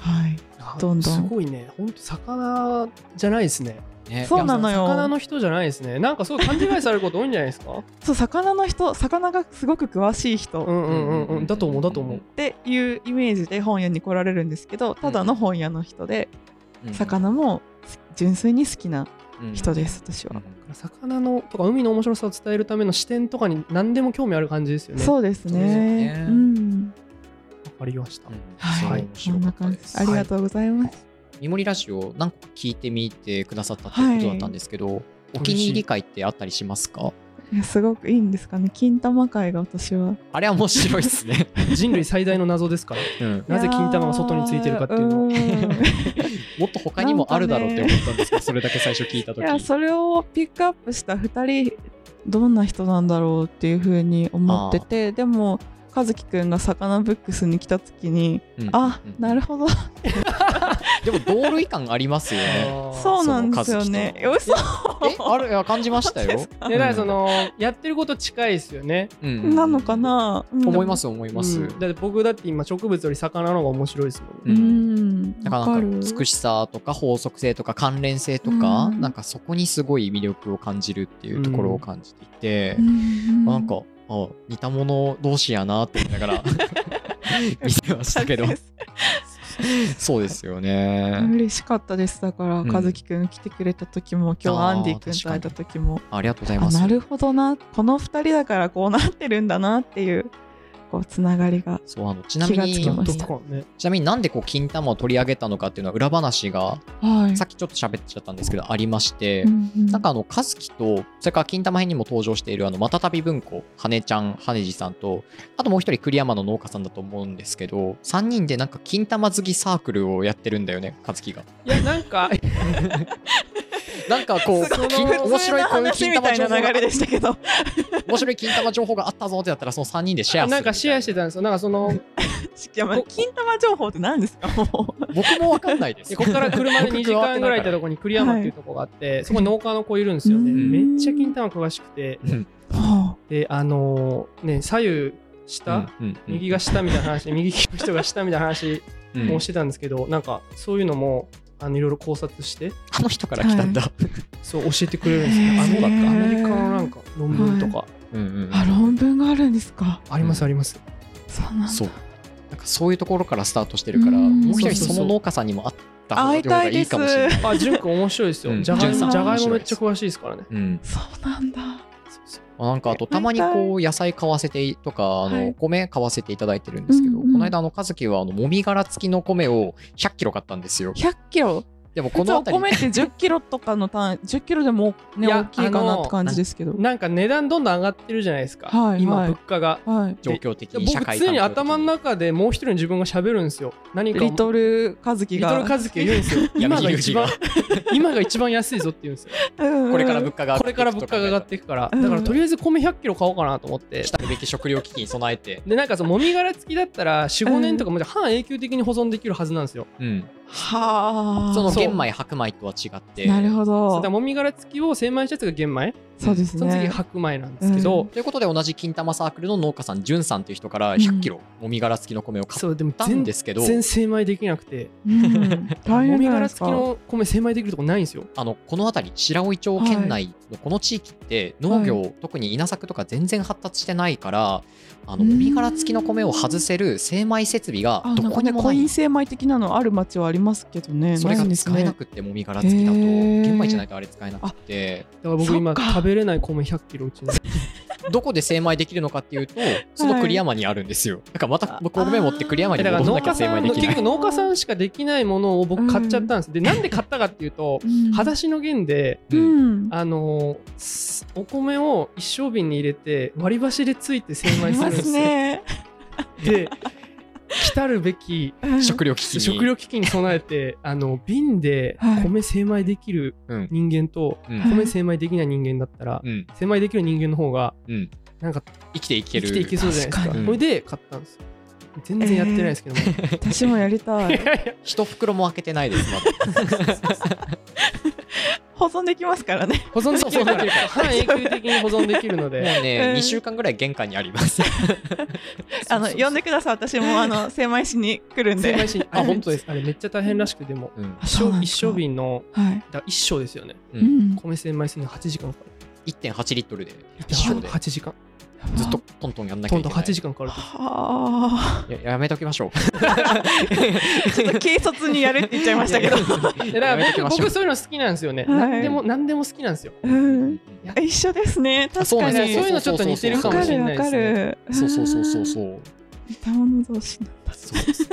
Speaker 3: はい
Speaker 2: あ
Speaker 3: どんどん
Speaker 2: すごいねほんと魚じゃないですね
Speaker 1: うんね
Speaker 3: そうなのよ
Speaker 2: いや魚の人じゃないですねなんかすごい勘違いされること多いんじゃないですか
Speaker 3: そう魚の人魚がすごく詳しい人、
Speaker 2: う
Speaker 3: っ
Speaker 2: んうんうんうんだと思うだと思う
Speaker 3: ていうイメージで本屋に来られるんですけどただの本屋の人で、
Speaker 1: うん
Speaker 3: 魚も純粋に好きな人です、私
Speaker 1: うん
Speaker 3: は、
Speaker 2: 魚のとか海の面白さを伝えるための視点とかに何でも興味ある感じですよね
Speaker 3: そうです
Speaker 1: そうですよ
Speaker 3: ね
Speaker 1: ね
Speaker 3: うん
Speaker 2: わかりました、
Speaker 1: うん
Speaker 3: は
Speaker 1: はいい、
Speaker 3: こんな感
Speaker 1: 面白かった
Speaker 3: じ
Speaker 1: です
Speaker 3: ありがとうございます、
Speaker 1: ミモリラジオ何個か聞いてみてくださったっていうことだったんですけど、お気に入り会ってあったりしますか
Speaker 3: いやすごくいいんですかね金玉会が私は
Speaker 1: あれは面白いです ね。
Speaker 2: 人類最大の謎です から
Speaker 1: うん
Speaker 2: なぜ金玉が外についてるかっていうのを
Speaker 3: いやーうーん
Speaker 1: もっと他にもあるだろうって思ったんです けど、それだけ最初聞いた
Speaker 3: い
Speaker 1: とき。
Speaker 3: やそれをピックアップした2人どんな人なんだろうっていうふうに思っててでも和樹くんが「サカナブックス」に来た時に
Speaker 1: うん
Speaker 3: あ
Speaker 1: うん
Speaker 3: なるほど
Speaker 1: でも同類感ありますよ ね。
Speaker 3: そうなんですよね
Speaker 1: その和
Speaker 3: 嘘
Speaker 1: え、あれいや感じました
Speaker 3: 本当
Speaker 1: よ
Speaker 3: で。
Speaker 2: いやだからそのやってること近いですよね、
Speaker 1: うん
Speaker 3: なのか。な
Speaker 1: 思いますす思います。
Speaker 2: うんだって僕だって今植物より魚の方が面白いですもん、ね
Speaker 3: う
Speaker 1: うん
Speaker 3: ん
Speaker 1: だ
Speaker 3: わ
Speaker 1: からな
Speaker 3: か
Speaker 1: ん
Speaker 3: る
Speaker 1: か美しさとか法則性とか関連性とか、
Speaker 3: うん
Speaker 1: なんかそこにすごい魅力を感じるっていうところを感じていて、
Speaker 3: うん
Speaker 1: なん かあ似たもの同士やなって思いながら見てましたけどそうですよね。
Speaker 3: 嬉しかったですだから
Speaker 1: うん
Speaker 3: 和樹くん来てくれた時も今日アンディくんと会えた時も
Speaker 1: ありがとうござい
Speaker 3: あ
Speaker 1: ます。
Speaker 3: なるほどなこの2人だからこうなってるんだなっていうこうつながりが
Speaker 1: そうあのちなみ
Speaker 3: 気
Speaker 1: に
Speaker 3: がつきま
Speaker 2: ど
Speaker 3: し
Speaker 2: ったかね
Speaker 1: ちなみになんでこう金玉を取り上げたのかっていうのは裏話が
Speaker 3: はい
Speaker 1: さっきちょっと喋っちゃったんですけどありまして、
Speaker 3: うんうん
Speaker 1: なんかあの、カズキと、それから金玉編にも登場している、あの、またたび文庫、羽根ちゃん、羽根じさんと、あともう一人、栗山の農家さんだと思うんですけど、3人でなんか、金玉好きサークルをやってるんだよね、カズキが。
Speaker 2: いやなんか
Speaker 1: なんか こう、
Speaker 3: すごい
Speaker 1: 金
Speaker 3: 普通
Speaker 1: 面白い
Speaker 3: な
Speaker 1: こういう
Speaker 3: 話
Speaker 1: 金
Speaker 3: み
Speaker 1: 玉
Speaker 3: たい
Speaker 1: 情報
Speaker 3: な
Speaker 1: が
Speaker 3: 流れでしたけど
Speaker 1: 面白い金玉情報があったぞってなったら、その3人でシェアするみたいな。
Speaker 2: なんかシェアしてたんですよなんかその
Speaker 3: いやまあ金玉情報って何ですかもう
Speaker 1: 僕もわかんないで。
Speaker 2: ですここから車で
Speaker 1: 僕
Speaker 2: 2時間ぐらい行ったとこに栗山っていうとこがあって、そこに農家の子いるんですよね。
Speaker 3: うん
Speaker 2: めっちゃ金玉詳しくて、
Speaker 1: うん
Speaker 3: は
Speaker 2: で、あのーね、左右下、
Speaker 1: うんうんうん
Speaker 2: 右が下みたいな話、右利きの人が下みたいな話
Speaker 1: うん
Speaker 2: もしてたんですけど、なんかそういうのも、あのいろいろ考察して
Speaker 1: あの人から来たんだ。
Speaker 2: そう教えてくれるんですよ、ね、あ
Speaker 1: へー
Speaker 2: そうだったアメリカのなんか論文とか、
Speaker 1: うんうん
Speaker 3: ああ論文があるんですか
Speaker 2: ありますあります
Speaker 3: そうなんだ
Speaker 1: そう。なんかそういうところからスタートしてるから、
Speaker 3: うん
Speaker 1: もう一人
Speaker 2: そうそう
Speaker 1: そ
Speaker 2: そう
Speaker 1: の農家さんにも会った方がいいかもしれない。
Speaker 2: あ潤くん面白いですよ、
Speaker 1: うん
Speaker 2: じゃがい
Speaker 3: 潤さ
Speaker 2: も
Speaker 3: ん
Speaker 2: じゃがいもめっちゃ詳しいですからね
Speaker 1: うん、
Speaker 3: そうなんだ
Speaker 1: あなんかあとたまにこう野菜買わせてとかあ
Speaker 3: は
Speaker 1: の
Speaker 3: い
Speaker 1: 米買わせていただいてるんですけど、
Speaker 3: うんうん
Speaker 1: この間あの和樹はあのもみ殻付きの米を100キロ買ったんですよ
Speaker 3: 100キロ
Speaker 1: でも
Speaker 3: 普
Speaker 1: こ
Speaker 3: 通
Speaker 1: の
Speaker 3: お
Speaker 1: 辺
Speaker 3: 米
Speaker 1: り
Speaker 3: って10キロとかの単位10キロでもね
Speaker 2: いや
Speaker 3: 大きいかなって感じですけど
Speaker 2: なんか値段どんどん上がってるじゃないですか、
Speaker 3: はいはい
Speaker 2: 今物価が
Speaker 3: はい
Speaker 1: 状況的に社
Speaker 2: 僕
Speaker 1: 会
Speaker 2: 常に
Speaker 1: 環境的
Speaker 2: 頭の中でもう一人の自分が喋るんですよ何か
Speaker 3: リトル和樹
Speaker 2: リトル
Speaker 3: が
Speaker 2: カズキが言うんですよ今が一番今が一番安いぞって言うんですよ
Speaker 1: こ
Speaker 3: こ
Speaker 1: れから物価が上
Speaker 2: これから
Speaker 1: がってい
Speaker 2: 物
Speaker 1: くと
Speaker 2: 価が上がっ
Speaker 1: 考え
Speaker 2: ていくから
Speaker 3: うん
Speaker 2: だからとりあえず米100キロ買おうかなと思って
Speaker 1: 来たるべき食料危機に備えて、
Speaker 2: でなんかそのもみ殻付きだったら
Speaker 3: う
Speaker 2: 45
Speaker 3: ん
Speaker 2: 年とかもう半永久的に保存できるはずなんですよ
Speaker 1: うん、
Speaker 3: はあ
Speaker 1: その
Speaker 2: そう
Speaker 1: 玄米白米とは違って
Speaker 3: なる
Speaker 2: そ
Speaker 3: ほ
Speaker 2: う
Speaker 3: ど
Speaker 2: だからもみ殻付きを精米したやつが玄米
Speaker 3: そうですね
Speaker 2: その次白米なんですけど、
Speaker 3: うん
Speaker 1: ということで同じ金玉サークルの農家さんじゅんさんという人から
Speaker 3: うん
Speaker 1: 100キロもみ殻付きの米を買っ
Speaker 2: そうでも
Speaker 1: たん
Speaker 2: 全
Speaker 1: ですけど、
Speaker 2: 全然精米できなくて
Speaker 3: うん
Speaker 2: も
Speaker 3: 大変じ
Speaker 2: み
Speaker 3: ゃな
Speaker 2: 殻
Speaker 3: いです
Speaker 2: 付き
Speaker 3: か
Speaker 2: の米精米できるとこないんですよ
Speaker 1: あのこの辺り白老町県内のこの地域って農業、特に稲作とか全然発達してないからあの
Speaker 3: うーん
Speaker 1: もみ殻付きの米を外せる精米設備が
Speaker 3: あ
Speaker 1: ど
Speaker 3: なん
Speaker 1: こ
Speaker 3: か
Speaker 1: に
Speaker 3: ね
Speaker 1: も
Speaker 3: コ
Speaker 1: な
Speaker 3: イ
Speaker 1: い
Speaker 3: ン精米的なのある町はありますけどね
Speaker 1: それ
Speaker 3: な
Speaker 1: が
Speaker 3: いんです
Speaker 1: 使えな
Speaker 3: ね
Speaker 1: くってもみ殻付きだと
Speaker 3: へー
Speaker 1: 玄米じゃないとあれ使えなくて
Speaker 2: だから僕今
Speaker 3: そっか
Speaker 2: 食べれない米100キロうちの
Speaker 1: どこで精米できるのかっていうと、その栗山にあるんですよ。だからまた僕お米持って栗山
Speaker 2: だ
Speaker 1: に
Speaker 2: から
Speaker 1: 戻ん
Speaker 2: 農
Speaker 1: なきゃ
Speaker 2: 家
Speaker 1: 精
Speaker 2: さ
Speaker 1: 米
Speaker 2: ん
Speaker 1: で
Speaker 2: の
Speaker 1: き
Speaker 2: 結
Speaker 1: ない
Speaker 2: 局。農家さんしかできないものを僕買っちゃったんです、でなんで買ったかっていうと裸足の弦で
Speaker 1: う
Speaker 3: うんん、
Speaker 2: あのすお米を一升瓶に入れて割り箸でついて精
Speaker 3: あ
Speaker 2: 米
Speaker 3: り
Speaker 2: する
Speaker 3: ま
Speaker 2: んです
Speaker 3: す
Speaker 2: よ。
Speaker 3: ね。
Speaker 2: で来たるべき
Speaker 1: 食料危機に。
Speaker 2: 食料危機に備えてあの瓶で
Speaker 3: はい
Speaker 2: 米精米できる
Speaker 1: うん
Speaker 2: 人間と、
Speaker 1: うん
Speaker 2: 米精米できない人間だったら、
Speaker 1: うん
Speaker 2: 精米できる人間の方が
Speaker 1: うん
Speaker 2: なんか
Speaker 1: 生きていけ
Speaker 2: 生
Speaker 1: る。
Speaker 2: きていけそうじゃないですか
Speaker 3: 確
Speaker 1: かに
Speaker 2: それで買ったんですよ全然やってないですけども、
Speaker 3: 私もやり たい。
Speaker 2: いやいや
Speaker 1: 一袋も開けてないです、まだ。
Speaker 3: 保存できますからね。
Speaker 2: 保存できるから半永久的に保存できるので
Speaker 1: もうね、
Speaker 3: うん
Speaker 1: 2週間ぐらい玄関にあります。
Speaker 3: あの呼んでください。私もあの精米しに来るん
Speaker 2: 精
Speaker 3: で。
Speaker 2: 米しにあ本当ですあれめっちゃ大変らしくでも
Speaker 1: うん
Speaker 3: あ
Speaker 2: 一
Speaker 3: そうな
Speaker 2: 升
Speaker 3: んです
Speaker 2: 一
Speaker 3: か
Speaker 2: 升瓶の
Speaker 3: はい。
Speaker 2: だ一升ですよね
Speaker 1: う
Speaker 3: うんん。
Speaker 2: 米精米するの8時間かか
Speaker 1: 1.8リットルで、
Speaker 2: る
Speaker 1: 一生で
Speaker 2: 8時間
Speaker 1: ずっとトントンやんなきゃ
Speaker 2: ほ
Speaker 1: い
Speaker 2: ん
Speaker 1: け
Speaker 2: と
Speaker 1: ない。
Speaker 2: 8時間かかる
Speaker 3: はあ。
Speaker 1: いややめときましょう。
Speaker 3: ちょっと軽率にやるって言っちゃいました けど。
Speaker 2: え
Speaker 1: や
Speaker 2: だか
Speaker 1: めと
Speaker 2: ら
Speaker 1: きま
Speaker 2: 僕
Speaker 1: しょう
Speaker 2: 僕そういうの好きなんですよね、
Speaker 3: はい
Speaker 2: なんでも何でも好きなんですよ
Speaker 3: うん。
Speaker 1: いや
Speaker 3: 一緒ですね。
Speaker 1: あそ
Speaker 3: 確
Speaker 1: うな
Speaker 3: か
Speaker 1: んですよ
Speaker 2: そう
Speaker 3: に。
Speaker 2: いうのちょっと似てる
Speaker 3: わ
Speaker 2: か
Speaker 3: か
Speaker 2: もしれ
Speaker 3: る
Speaker 2: な
Speaker 3: わ
Speaker 2: いで
Speaker 3: か
Speaker 2: すね
Speaker 3: る。
Speaker 1: そうそうそうそう
Speaker 3: う
Speaker 1: そ
Speaker 3: ん。
Speaker 1: う。
Speaker 3: 似た者同士なんだ。
Speaker 1: そうです
Speaker 2: っ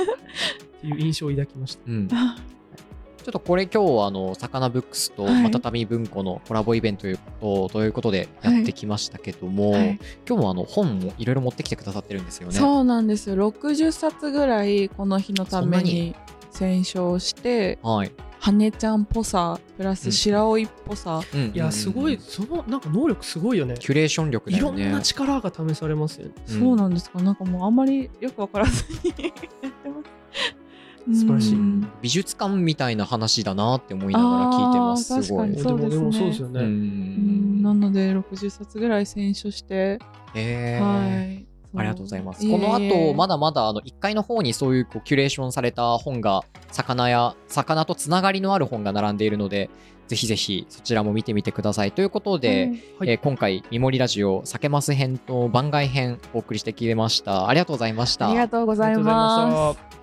Speaker 2: ていう印象を抱きました
Speaker 1: うんちょ
Speaker 3: あ
Speaker 1: っとこれ今日はあの、サカナブックスと
Speaker 3: はい
Speaker 1: またたみ文庫のコラボイベントということということでやってきましたけども、
Speaker 3: はい
Speaker 1: 今日もあの本もいろいろ持ってきてくださってるんですよね。
Speaker 4: そうなんですよ60冊ぐらいこの日のために選書して
Speaker 1: はい。
Speaker 4: 羽ちゃんっぽさプラ
Speaker 1: う
Speaker 4: ス
Speaker 1: ん
Speaker 4: 白老っぽさ、
Speaker 1: うんうんうん
Speaker 2: いやすごいそのなんか能力すごいよね
Speaker 1: キュレーション力だ
Speaker 2: いろ
Speaker 1: よね。
Speaker 2: んな力が試されますよね
Speaker 4: そう
Speaker 1: の
Speaker 4: なんですかなんかもうあんまりよくわからずにやってます
Speaker 2: 素晴らしい
Speaker 4: うん
Speaker 1: 美術館みたいな話だなって思いながら聞いてます。
Speaker 4: あー
Speaker 1: すごい。
Speaker 4: 確
Speaker 2: で
Speaker 4: かに
Speaker 2: もでもそ
Speaker 4: そうう
Speaker 2: で
Speaker 4: ですす
Speaker 2: よ
Speaker 1: う。
Speaker 2: ね、
Speaker 4: うんなんので60冊ぐらい選書して、
Speaker 1: え
Speaker 4: はい
Speaker 1: ー
Speaker 4: そう
Speaker 1: ありがとうございます。
Speaker 4: え
Speaker 1: この
Speaker 4: いえ
Speaker 1: 後、まだまだあの1階の方にそういうこうキュレーションされた本が、魚や、魚とつながりのある本が並んでいるので、ぜひぜひそちらも見てみてください。ということで、
Speaker 2: はい
Speaker 1: えー今回、ミモリラジオ、酒ます編と番外編お送りしてきました。ありがとうございました。
Speaker 4: ありがとうございます
Speaker 2: す